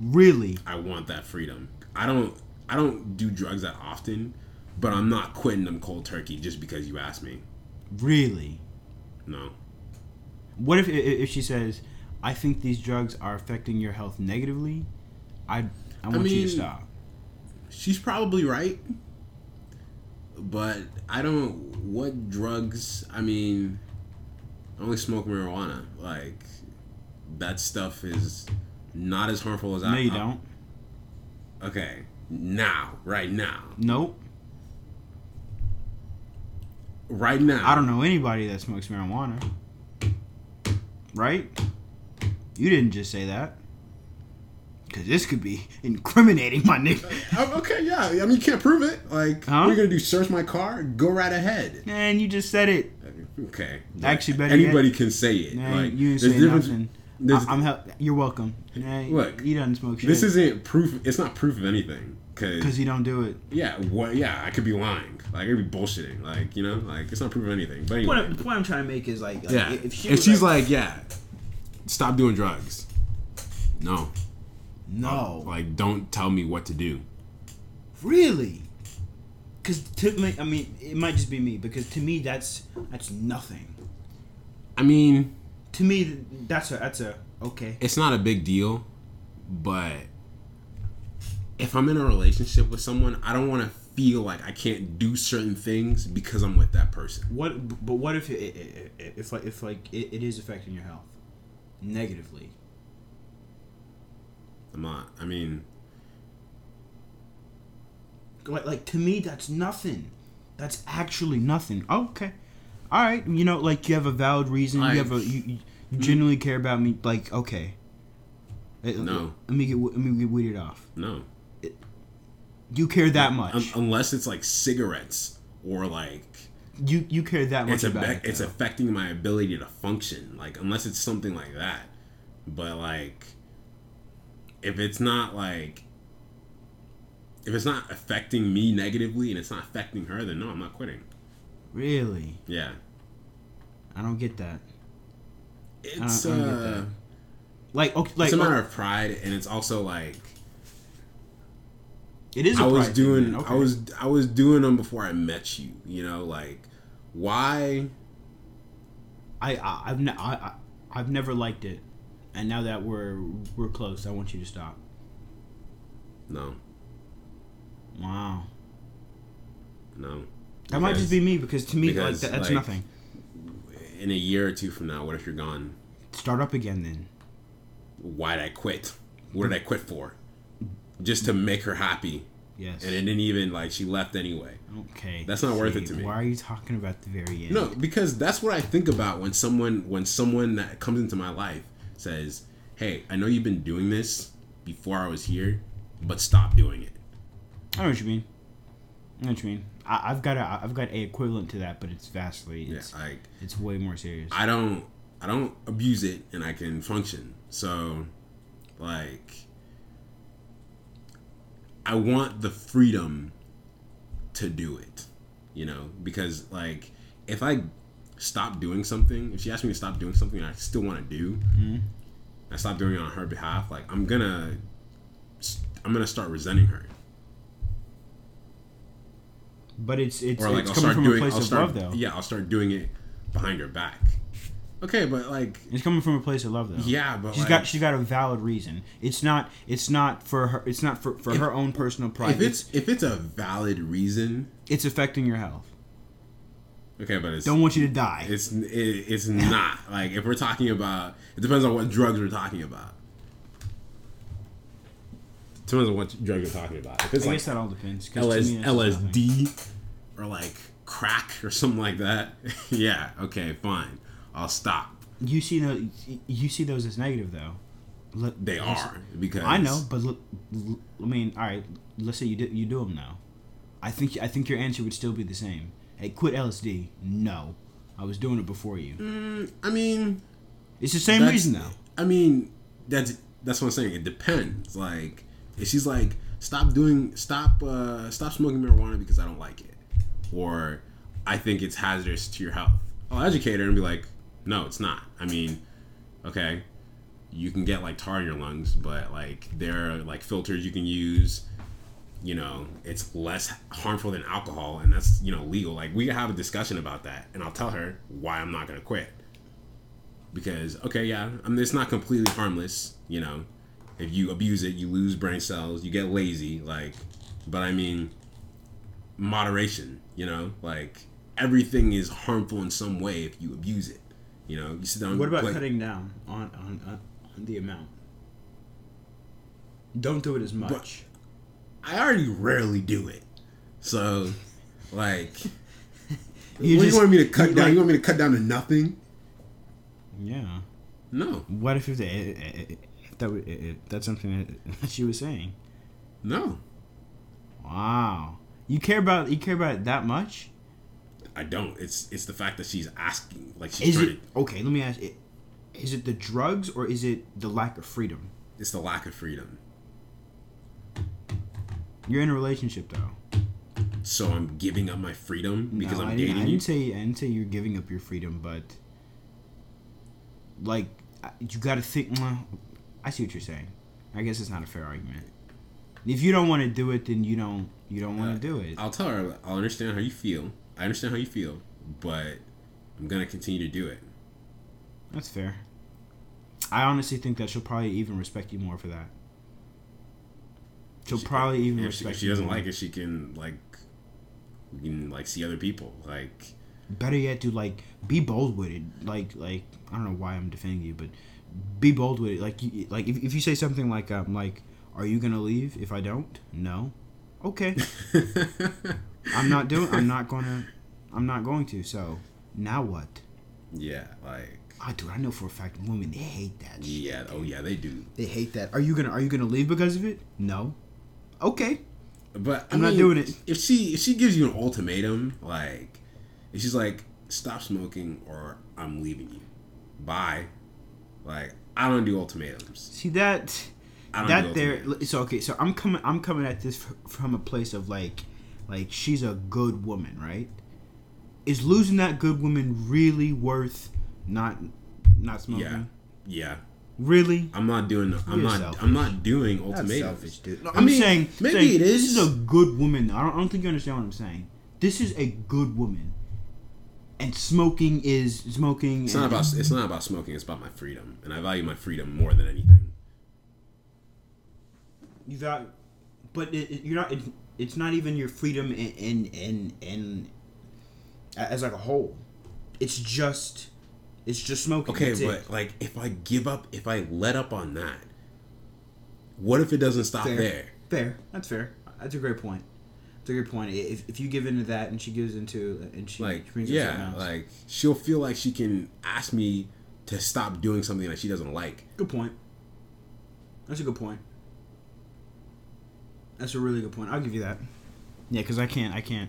Speaker 1: really?
Speaker 2: I want that freedom. I don't. I don't do drugs that often, but I'm not quitting them cold turkey just because you asked me.
Speaker 1: Really?
Speaker 2: No.
Speaker 1: What if i- i- if she says, "I think these drugs are affecting your health negatively"? I I want you
Speaker 2: mean-
Speaker 1: to stop.
Speaker 2: She's probably right. But I don't. What drugs? I mean, I only smoke marijuana. Like, that stuff is not as harmful as
Speaker 1: No,
Speaker 2: I.
Speaker 1: you don't.
Speaker 2: Okay. Now. Right now.
Speaker 1: Nope.
Speaker 2: Right now.
Speaker 1: I don't know anybody that smokes marijuana. Right? You didn't just say that. Because this could be incriminating, my nigga.
Speaker 2: I'm- Oh, okay, yeah. I mean, you can't prove it. Like,
Speaker 1: Huh?
Speaker 2: what are you gonna do? Search my car? Go right ahead.
Speaker 1: And you just said it.
Speaker 2: Okay.
Speaker 1: Actually, better yet-
Speaker 2: anybody can say it.
Speaker 1: Man,
Speaker 2: like,
Speaker 1: you didn't
Speaker 2: there's
Speaker 1: say
Speaker 2: difference-
Speaker 1: nothing.
Speaker 2: there's-
Speaker 1: I, am hel- You're welcome. Nah,
Speaker 2: Look,
Speaker 1: you don't smoke shit.
Speaker 2: This isn't proof. It's not proof of anything.
Speaker 1: because you don't do it.
Speaker 2: Yeah, what? Yeah, I could be lying. Like, I could be bullshitting. Like, you know, like it's not proving anything. But anyway,
Speaker 1: the point I'm trying to make is like, like
Speaker 2: yeah. If, she's like, yeah, stop doing drugs. No,
Speaker 1: no,
Speaker 2: like don't tell me what to do.
Speaker 1: really, because to me, I mean, it might just be me. Because to me, that's that's nothing.
Speaker 2: I mean,
Speaker 1: To me, that's a that's a okay.
Speaker 2: it's not a big deal, but if I'm in a relationship with someone, I don't want to feel like I can't do certain things because I'm with that person.
Speaker 1: What? But what if it, it, it, if like if like it, it is affecting your health negatively?
Speaker 2: I'm not. I mean,
Speaker 1: Like like to me, that's nothing. That's actually nothing. okay, all right. You know, like you have a valid reason.
Speaker 2: I-
Speaker 1: you have a you, you- you genuinely care about me. Like okay. Eh,
Speaker 2: No.
Speaker 1: Let me get let me get weeded off.
Speaker 2: no.
Speaker 1: You care that much.
Speaker 2: Un- unless it's like cigarettes or like
Speaker 1: you you care that much
Speaker 2: it's
Speaker 1: about
Speaker 2: abe-
Speaker 1: it.
Speaker 2: it's
Speaker 1: though.
Speaker 2: affecting my ability to function like unless it's something like that but like if it's not like if it's not affecting me negatively and it's not affecting her then no i'm not quitting
Speaker 1: really.
Speaker 2: yeah
Speaker 1: I don't get that.
Speaker 2: it's
Speaker 1: I don't get
Speaker 2: uh
Speaker 1: that. Like okay, like
Speaker 2: it's a matter
Speaker 1: okay,
Speaker 2: of pride and it's also like
Speaker 1: it is. a
Speaker 2: I was
Speaker 1: pride thing, man,
Speaker 2: doing
Speaker 1: okay.
Speaker 2: I was I was doing them before I met you you know like why
Speaker 1: I, I I've ne- I, I I've never liked it, and now that we're we're close, I want you to stop.
Speaker 2: no
Speaker 1: Wow.
Speaker 2: No.
Speaker 1: That might just be me because to me,
Speaker 2: because,
Speaker 1: like, that, that's
Speaker 2: like-
Speaker 1: nothing.
Speaker 2: in a year or two from now. What if you're gone?
Speaker 1: Start up again then.
Speaker 2: Why'd I quit? What did I quit for? Just to make her happy,
Speaker 1: Yes.
Speaker 2: and it didn't even like she left anyway.
Speaker 1: okay.
Speaker 2: That's not worth it to me.
Speaker 1: Why are you talking about the very end?
Speaker 2: No, because that's what I think about when someone when someone that comes into my life says, "Hey, I know you've been doing this before I was here, but stop doing it."
Speaker 1: I know what you mean. I know what you mean. I, I've got a I've got a equivalent to that, but it's vastly
Speaker 2: Yeah,
Speaker 1: it's
Speaker 2: like
Speaker 1: it's way more serious.
Speaker 2: I don't I don't abuse it and I can function. So like I want the freedom to do it, you know, because like if I stop doing something, if she asks me to stop doing something I still want to do,
Speaker 1: Mm-hmm.
Speaker 2: I stop doing it on her behalf, like I'm going to I'm going to start resenting her.
Speaker 1: but it's it's,
Speaker 2: or like
Speaker 1: it's
Speaker 2: I'll
Speaker 1: coming
Speaker 2: start
Speaker 1: from
Speaker 2: doing
Speaker 1: a place
Speaker 2: I'll
Speaker 1: of
Speaker 2: start
Speaker 1: love though.
Speaker 2: yeah, I'll start doing it behind her back. Okay, but like
Speaker 1: It's coming from a place of love though.
Speaker 2: yeah, but
Speaker 1: She's
Speaker 2: like,
Speaker 1: got she's got a valid reason. It's not it's not for her it's not for, for her own personal pride.
Speaker 2: if it's if it's a valid reason,
Speaker 1: it's affecting your health.
Speaker 2: okay, but it's
Speaker 1: Don't want you to die.
Speaker 2: it's it, it's not like if we're talking about it depends on what drugs we're talking about. Depends on what drug you're talking about. If it's
Speaker 1: I
Speaker 2: like
Speaker 1: guess that all depends. 'cause to
Speaker 2: LS,
Speaker 1: me, that's just nothing.
Speaker 2: LSD or like crack or something like that, yeah, okay, fine, I'll stop.
Speaker 1: You see those you see those as negative though. Let-
Speaker 2: They are because
Speaker 1: I know, but look, l- I mean, all right. Let's say you do you do them now. I think I think your answer would still be the same. Hey, quit LSD. No, I was doing it before you.
Speaker 2: I mean,
Speaker 1: It's the same
Speaker 2: That's-
Speaker 1: reason though.
Speaker 2: I mean, that's that's what I'm saying. It depends. Like, if she's like, stop doing, stop, uh, stop smoking marijuana because I don't like it, or I think it's hazardous to your health. I'll educate her and be like, no, it's not. I mean, okay, you can get like tar in your lungs, but like there are like filters you can use. You know, it's less harmful than alcohol, and that's you know legal. Like we can have a discussion about that, and I'll tell her why I'm not gonna quit because okay yeah I mean, it's not completely harmless you know if you abuse it you lose brain cells you get lazy like but i mean moderation you know like everything is harmful in some way if you abuse it you know you sit down
Speaker 1: What about
Speaker 2: like,
Speaker 1: cutting down on on, on on the amount? Don't do it as much.
Speaker 2: i already rarely do it so like
Speaker 1: You
Speaker 2: what do
Speaker 1: just-
Speaker 2: you want me to cut
Speaker 1: you
Speaker 2: down
Speaker 1: like-
Speaker 2: you want me to cut down to nothing
Speaker 1: yeah.
Speaker 2: no
Speaker 1: What if if, the, eh, if that would- if that's something that she was saying?
Speaker 2: no
Speaker 1: Wow. You care about you care about it that much?
Speaker 2: i don't it's it's the fact that she's asking like she's
Speaker 1: Is
Speaker 2: trying
Speaker 1: it okay? Let me ask it. Is it the drugs or is it the lack of freedom?
Speaker 2: to, it's the lack of freedom
Speaker 1: You're in a relationship though.
Speaker 2: so I'm giving up my freedom because
Speaker 1: No,
Speaker 2: I'm
Speaker 1: I didn't-
Speaker 2: dating
Speaker 1: I
Speaker 2: you.
Speaker 1: didn't say I didn't say you're giving up your freedom, but like I- you got to think. mwah. I see what you're saying. I guess it's not a fair argument. If you don't want to do it, then you don't. You don't
Speaker 2: Uh,
Speaker 1: want to do it.
Speaker 2: I'll tell her. I'll understand how you feel. I understand how you feel, but I'm gonna continue to do it.
Speaker 1: That's fair. I honestly think that she'll probably even respect you more for that. She'll
Speaker 2: She-
Speaker 1: probably even
Speaker 2: If she,
Speaker 1: respect
Speaker 2: if she
Speaker 1: you
Speaker 2: doesn't
Speaker 1: more.
Speaker 2: like it, she can like we can like see other people. Like
Speaker 1: better yet to like be bold with it like like i don't know why i'm defending you but be bold with it like you like if, if you say something like um like are you gonna leave if i don't no okay i'm not doing i'm not gonna i'm not going to so now what
Speaker 2: yeah, like
Speaker 1: oh dude i know for a fact women they hate that shit.
Speaker 2: yeah, oh yeah, they do.
Speaker 1: they hate that are you gonna are you gonna leave because of it no okay
Speaker 2: But I
Speaker 1: I'm not
Speaker 2: mean,
Speaker 1: doing it.
Speaker 2: If she if she gives you an ultimatum, like if she's like stop smoking or I'm leaving you, bye. Like I don't do ultimatums.
Speaker 1: see that
Speaker 2: I don't do
Speaker 1: that there
Speaker 2: ultimatums.
Speaker 1: so okay so i'm coming i'm coming at this fr- from a place of like like she's a good woman right is losing that good woman really worth not not smoking
Speaker 2: Yeah, yeah.
Speaker 1: really
Speaker 2: I'm not doing. I'm
Speaker 1: You're
Speaker 2: not.
Speaker 1: selfish.
Speaker 2: I'm not doing ultimatums.
Speaker 1: dude no,
Speaker 2: I
Speaker 1: i'm
Speaker 2: mean,
Speaker 1: saying
Speaker 2: maybe
Speaker 1: saying
Speaker 2: it is.
Speaker 1: this is a good woman though. I, don't, I don't think you understand what i'm saying this is a good woman and smoking is smoking
Speaker 2: It's not about. It's not about smoking. It's about my freedom, and I value my freedom more than anything.
Speaker 1: you got but it, it- you're not it, it's not even your freedom in in in, in a- as like a whole. It's just it's just smoking.
Speaker 2: Okay,
Speaker 1: That's it.
Speaker 2: but like if I give up, if I let up on that, what if it doesn't stop
Speaker 1: fair.
Speaker 2: there?
Speaker 1: Fair. That's fair. That's a great point. That's a good point. I- If, if you give into that and she gives into and she
Speaker 2: Like,
Speaker 1: brings up something
Speaker 2: yeah,
Speaker 1: else.
Speaker 2: like she'll feel like she can ask me to stop doing something that she doesn't like.
Speaker 1: Good point. That's a good point. That's a really good point. I'll give you that. Yeah, because I can't. I can't.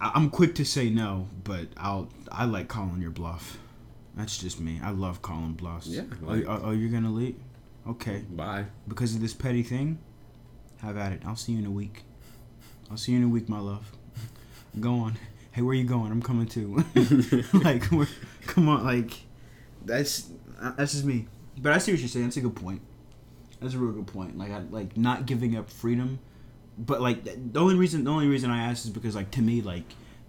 Speaker 1: I, I'm quick to say no, but I'll. I like calling your bluff. That's just me. I love calling bluffs.
Speaker 2: Yeah,
Speaker 1: Oh,
Speaker 2: like-
Speaker 1: oh, oh, you're gonna leave? Okay.
Speaker 2: Bye.
Speaker 1: Because of this petty thing. Have at it. I'll see you in a week. I'll see you in a week, my love. Go on. Hey, where you going? I'm coming too. like, we're, come on, like, that's uh, that's just me. But I see what you're saying. That's a good point. That's a real good point. Like, I like not giving up freedom, but like th- the only reason the only reason I asked is because like to me like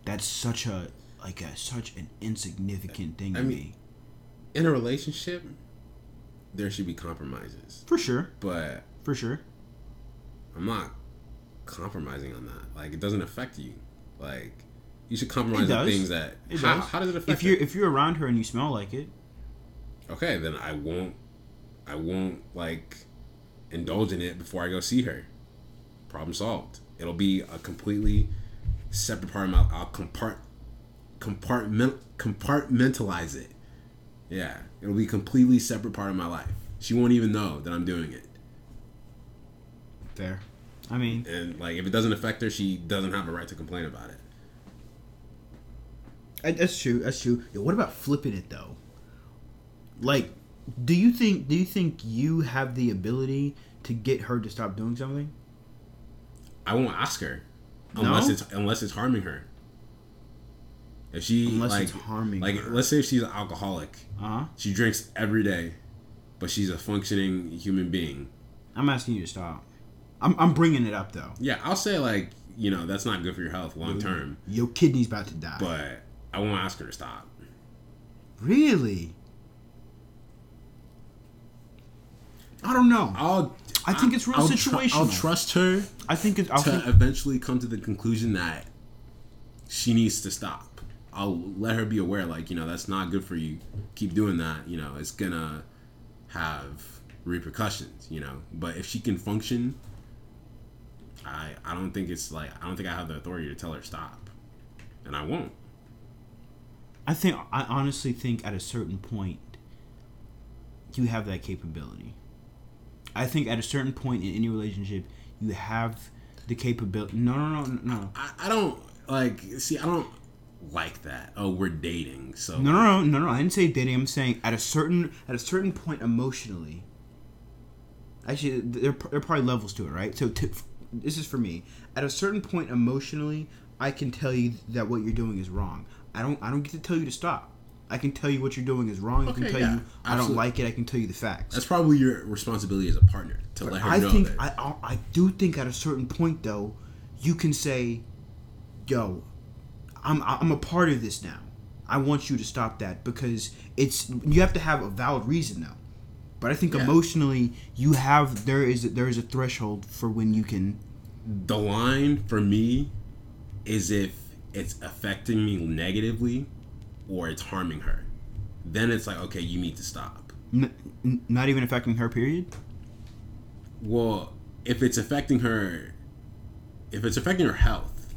Speaker 1: that's such a like a such an insignificant thing to
Speaker 2: I mean-
Speaker 1: me.
Speaker 2: In a relationship, there should be compromises,
Speaker 1: For sure,
Speaker 2: but
Speaker 1: for sure.
Speaker 2: I'm not compromising on that. Like it doesn't affect you. Like you should
Speaker 1: It
Speaker 2: compromise on
Speaker 1: does.
Speaker 2: things that.
Speaker 1: It
Speaker 2: how,
Speaker 1: does.
Speaker 2: how does it affect
Speaker 1: If
Speaker 2: you?
Speaker 1: you're if you're around her and you smell like it,
Speaker 2: okay, then I won't I won't like indulge in it before I go see her. Problem solved. It'll be a completely separate part of my I'll compart compartment compartmentalize it. Yeah. It'll be a completely separate part of my life. She won't even know that I'm doing it.
Speaker 1: fair. I mean,
Speaker 2: And like if it doesn't affect her, she doesn't have a right to complain about it.
Speaker 1: I- That's true. That's true. Yo, what about flipping it though? Like, do you think do you think you have the ability to get her to stop doing something?
Speaker 2: I won't ask her unless
Speaker 1: No?
Speaker 2: it's unless it's harming her. If she
Speaker 1: Unless
Speaker 2: like,
Speaker 1: it's harming
Speaker 2: like
Speaker 1: her.
Speaker 2: let's say if she's an alcoholic,
Speaker 1: Uh huh.
Speaker 2: she drinks every day, but she's a functioning human being.
Speaker 1: I'm asking you to stop. I'm I'm bringing it up though.
Speaker 2: Yeah, I'll say like you know that's not good for your health long
Speaker 1: Mm-hmm.
Speaker 2: term,
Speaker 1: Your kidney's about to die.
Speaker 2: but I won't ask her to stop.
Speaker 1: really, I don't know.
Speaker 2: I'll.
Speaker 1: I think it's real
Speaker 2: I'll tru- I'll
Speaker 1: situational.
Speaker 2: trust her
Speaker 1: I think it's. I
Speaker 2: to
Speaker 1: think,
Speaker 2: eventually come to the conclusion that she needs to stop. I'll let her be aware, like you know, that's not good for you. Keep doing that, you know, it's gonna have repercussions, you know. But if she can function, I I don't think it's like I don't think I have the authority to tell her stop, and I won't.
Speaker 1: I think. I honestly think at a certain point, you have that capability. I think at a certain point in any relationship, you have the capability. No, no, no, no, no.
Speaker 2: I, I don't like see I don't like that. Oh, we're dating, so
Speaker 1: No, no, no, no, no. I didn't say dating. I'm saying at a certain at a certain point emotionally. Actually, there there are probably levels to it, right? So t- this is for me. At a certain point emotionally, I can tell you that what you're doing is wrong. I don't I don't get to tell you to stop. I can tell you what you're doing is wrong. I can
Speaker 2: Okay,
Speaker 1: tell
Speaker 2: yeah,
Speaker 1: you I don't
Speaker 2: absolutely.
Speaker 1: like it. I can tell you the facts.
Speaker 2: that's probably your responsibility as a partner to let her
Speaker 1: I
Speaker 2: know
Speaker 1: think
Speaker 2: that.
Speaker 1: I, I I do think at a certain point though, you can say, "Yo, I'm I'm a part of this now. I want you to stop that because it's you have to have a valid reason though." But I think
Speaker 2: Yeah.
Speaker 1: emotionally, you have there is there is a threshold for when you can.
Speaker 2: the line for me is if it's affecting me negatively or it's harming her. Then it's like, okay, you need to stop.
Speaker 1: N- n- not even affecting her period.
Speaker 2: Well, if it's affecting her, if it's affecting her health,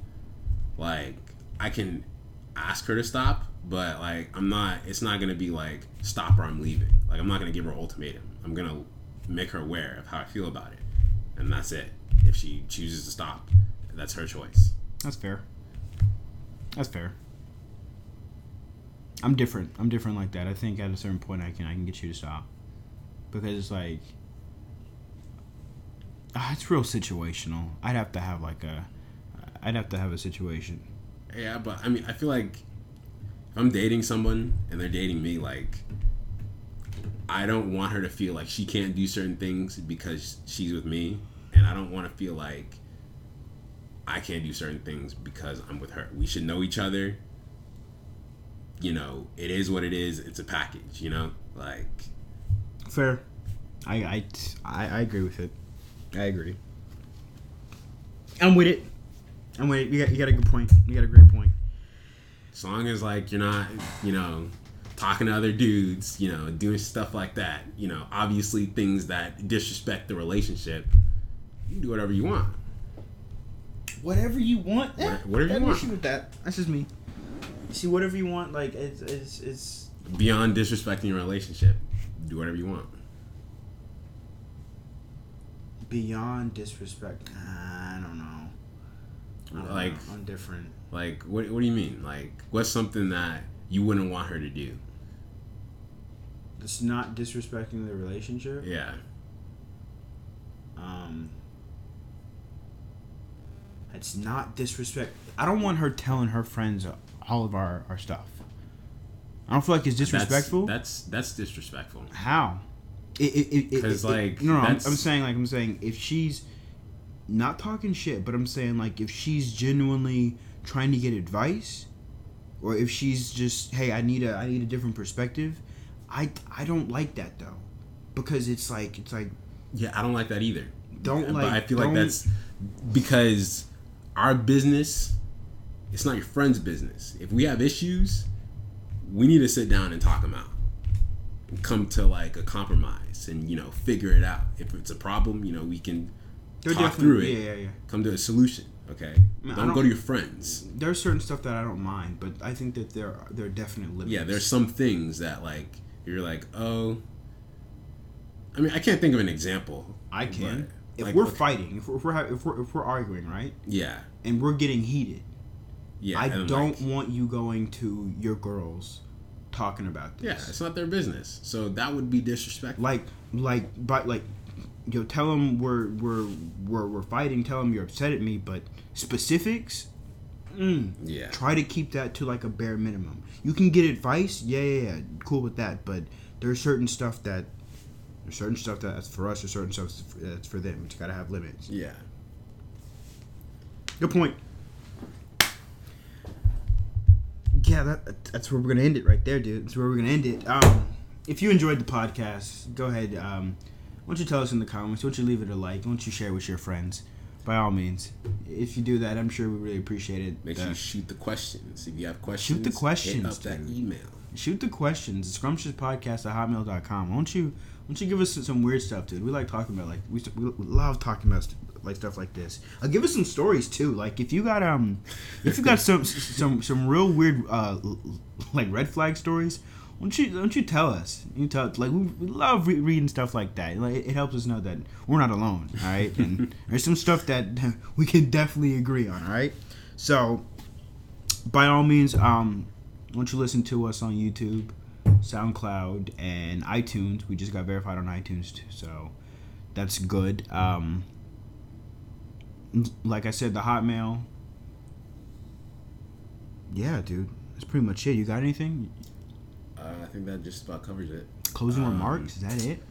Speaker 2: like I can ask her to stop, but like I'm not, it's not gonna be like stop or I'm leaving. Like I'm not gonna give her ultimatum. I'm gonna make her aware of how I feel about it, and that's it. If she chooses to stop, that's her choice.
Speaker 1: That's fair. That's fair. I'm different. I'm different like that. I think at a certain point I can I can get you to stop. Because it's like Ah, it's real situational. I'd have to have like a I'd have to have a situation.
Speaker 2: Yeah, but I mean, I feel like if I'm dating someone and they're dating me, like I don't want her to feel like she can't do certain things because she's with me, and I don't want to feel like I can't do certain things because I'm with her. We should know each other. You know, it is what it is. It's a package. You know, like
Speaker 1: Fair. I I I, I agree with it. I agree. I'm with it. I'm with it. You got, you got a good point. You got a great point.
Speaker 2: As long as like you're not, you know, talking to other dudes, you know, doing stuff like that, you know, obviously things that disrespect the relationship, you can do whatever you want.
Speaker 1: Whatever you want. eh,
Speaker 2: What- whatever you
Speaker 1: no
Speaker 2: want.
Speaker 1: issue with that. That's just me. See, whatever you want, like it's it's it's.
Speaker 2: Beyond disrespecting your relationship, do whatever you want.
Speaker 1: beyond disrespect. I don't know. I don't
Speaker 2: Like-
Speaker 1: know. I'm different.
Speaker 2: Like, what, what do you mean? Like, what's something that you wouldn't want her to do?
Speaker 1: It's not disrespecting the relationship.
Speaker 2: Yeah.
Speaker 1: Um, it's not disrespect. I don't want her telling her friends all of our our stuff. I don't feel like it's
Speaker 2: That's-
Speaker 1: disrespectful.
Speaker 2: That's that's, disrespectful.
Speaker 1: How? It, it, it, it-
Speaker 2: 'Cause,
Speaker 1: it-
Speaker 2: like,
Speaker 1: no, no, I'm, I'm
Speaker 2: that's-
Speaker 1: saying like I'm saying if she's not talking shit, but I'm saying like if she's genuinely trying to get advice, or if she's just hey, I need a I need a different perspective. I I don't like that though, because it's like it's like
Speaker 2: Yeah, I don't like that either.
Speaker 1: Don't
Speaker 2: but
Speaker 1: like-
Speaker 2: I feel
Speaker 1: don't-
Speaker 2: like that's because our business, it's not your friend's business. If we have issues, we need to sit down and talk them out, and come to like a compromise, and you know figure it out. If it's a problem, you know we can
Speaker 1: they're
Speaker 2: talk
Speaker 1: definitely-
Speaker 2: through it,
Speaker 1: Yeah, yeah, yeah.
Speaker 2: come to a solution. Okay,
Speaker 1: Man, I
Speaker 2: don't,
Speaker 1: don't-
Speaker 2: go to your friends.
Speaker 1: There's certain stuff that I don't mind, but I think that there are there are definite limits.
Speaker 2: yeah, there's some things that like you're like, oh. I mean, I can't think of an example.
Speaker 1: I can.
Speaker 2: but,
Speaker 1: If
Speaker 2: like,
Speaker 1: we're
Speaker 2: look-
Speaker 1: fighting, if we're, if we're ha- if we're if we're arguing, right,
Speaker 2: yeah,
Speaker 1: and we're getting heated,
Speaker 2: yeah.
Speaker 1: I
Speaker 2: and, like,
Speaker 1: don't want you going to your girls talking about
Speaker 2: Yeah,
Speaker 1: this.
Speaker 2: it's not their business. So that would be disrespectful.
Speaker 1: Like, like, but like, yo, tell them we're we're we're we're fighting. Tell them you're upset at me, but specifics. Mm,
Speaker 2: yeah.
Speaker 1: try to keep that to like a bare minimum. You can get advice, yeah, yeah, yeah, cool with that. But there's certain stuff that there's certain stuff that's for us, there's certain stuff that's for- that's for them. It's gotta have limits.
Speaker 2: Yeah.
Speaker 1: Good point. Yeah, that, that's where we're gonna end it right there, dude. That's where we're gonna end it. Um, if you enjoyed the podcast, go ahead. Um, why don't you tell us in the comments? Why don't you leave it a like? Why don't you share with your friends? By all means, if you do that, I'm sure we really appreciate it.
Speaker 2: Make
Speaker 1: Uh,
Speaker 2: sure you shoot the questions. If you have questions,
Speaker 1: questions,
Speaker 2: Hit up that
Speaker 1: dude.
Speaker 2: email.
Speaker 1: shoot the questions scrumptiouspodcast at hotmail.com won't you won't you give us some weird stuff dude we like talking about like we, we love talking about st- like stuff like this uh, give us some stories too like if you got um if you got some some some real weird uh l- l- like red flag stories don't you don't you tell us you tell like we, we love re- reading stuff like that like it, it helps us know that we're not alone all right and there's some stuff that we can definitely agree on all right so by all means, um, why don't you listen to us on YouTube, SoundCloud, and iTunes? We just got verified on iTunes, too, so that's good. Um, like I said, the Hotmail. Yeah, dude, that's pretty much it. You got anything?
Speaker 2: Uh, I think that just about covers it.
Speaker 1: Closing
Speaker 2: Um,
Speaker 1: remarks? Is that it?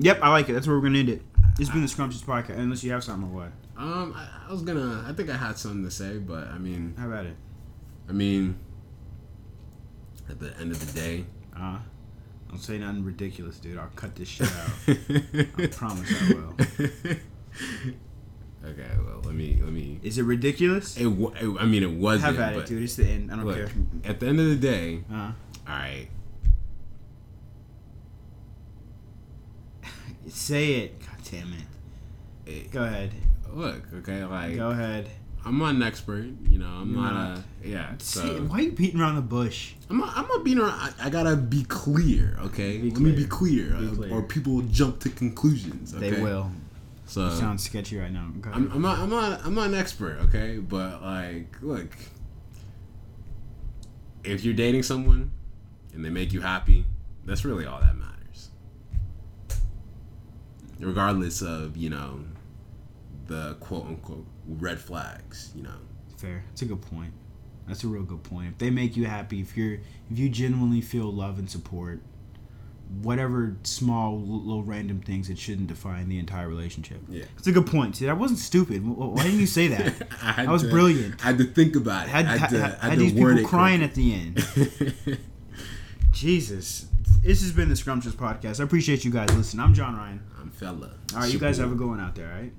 Speaker 1: Yep, I like it. That's where we're gonna end it. It's been the Scrumptious Podcast. Unless you have something or what?
Speaker 2: Um, I, I was gonna. I think I had something to say, but I mean,
Speaker 1: How about it?
Speaker 2: I mean, at the end of the day,
Speaker 1: Uh, don't say nothing ridiculous, dude. I'll cut this shit out. I promise I will.
Speaker 2: okay. Well, let me. Let me.
Speaker 1: Is it ridiculous?
Speaker 2: It, wa- it, I mean, it wasn't.
Speaker 1: Have at
Speaker 2: but
Speaker 1: it, dude. It's the end. I don't
Speaker 2: Look,
Speaker 1: care.
Speaker 2: at the end of the day,
Speaker 1: Uh,
Speaker 2: all right.
Speaker 1: say it. God damn it.
Speaker 2: it-
Speaker 1: Go ahead.
Speaker 2: look, okay, like
Speaker 1: Go ahead.
Speaker 2: I'm not an expert, you know. I'm
Speaker 1: You're
Speaker 2: not,
Speaker 1: not.
Speaker 2: a yeah. So
Speaker 1: Say, why are you beating around the bush?
Speaker 2: I'm not, I'm not being around. I, I gotta be clear, okay?
Speaker 1: Be
Speaker 2: Let me be clear,
Speaker 1: Be
Speaker 2: uh,
Speaker 1: clear.
Speaker 2: or people will jump to conclusions. Okay?
Speaker 1: They will.
Speaker 2: So
Speaker 1: You sound sketchy right now. Go ahead.
Speaker 2: I'm, I'm not. I'm not. I'm not an expert, okay? But like, look, if you're dating someone and they make you happy, that's really all that matters. Regardless of you know the quote unquote red flags, you know.
Speaker 1: Fair. That's a good point. That's a real good point. If they make you happy, if you're if you genuinely feel love and support, whatever small l- little random things, it shouldn't define the entire relationship.
Speaker 2: Yeah.
Speaker 1: That's a good point. See, that wasn't stupid. Wh- wh- Why didn't you say that?
Speaker 2: I had
Speaker 1: That was brilliant.
Speaker 2: I had to think about it.
Speaker 1: had,
Speaker 2: I had,
Speaker 1: had,
Speaker 2: to, I
Speaker 1: had,
Speaker 2: had to
Speaker 1: these
Speaker 2: word
Speaker 1: people
Speaker 2: it
Speaker 1: crying
Speaker 2: correctly.
Speaker 1: at the end. Jesus, this has been the Scrumptious Podcast. I appreciate you guys listening. I'm John Ryan.
Speaker 2: I'm fella.
Speaker 1: All right, you guys have a good one out there, all right?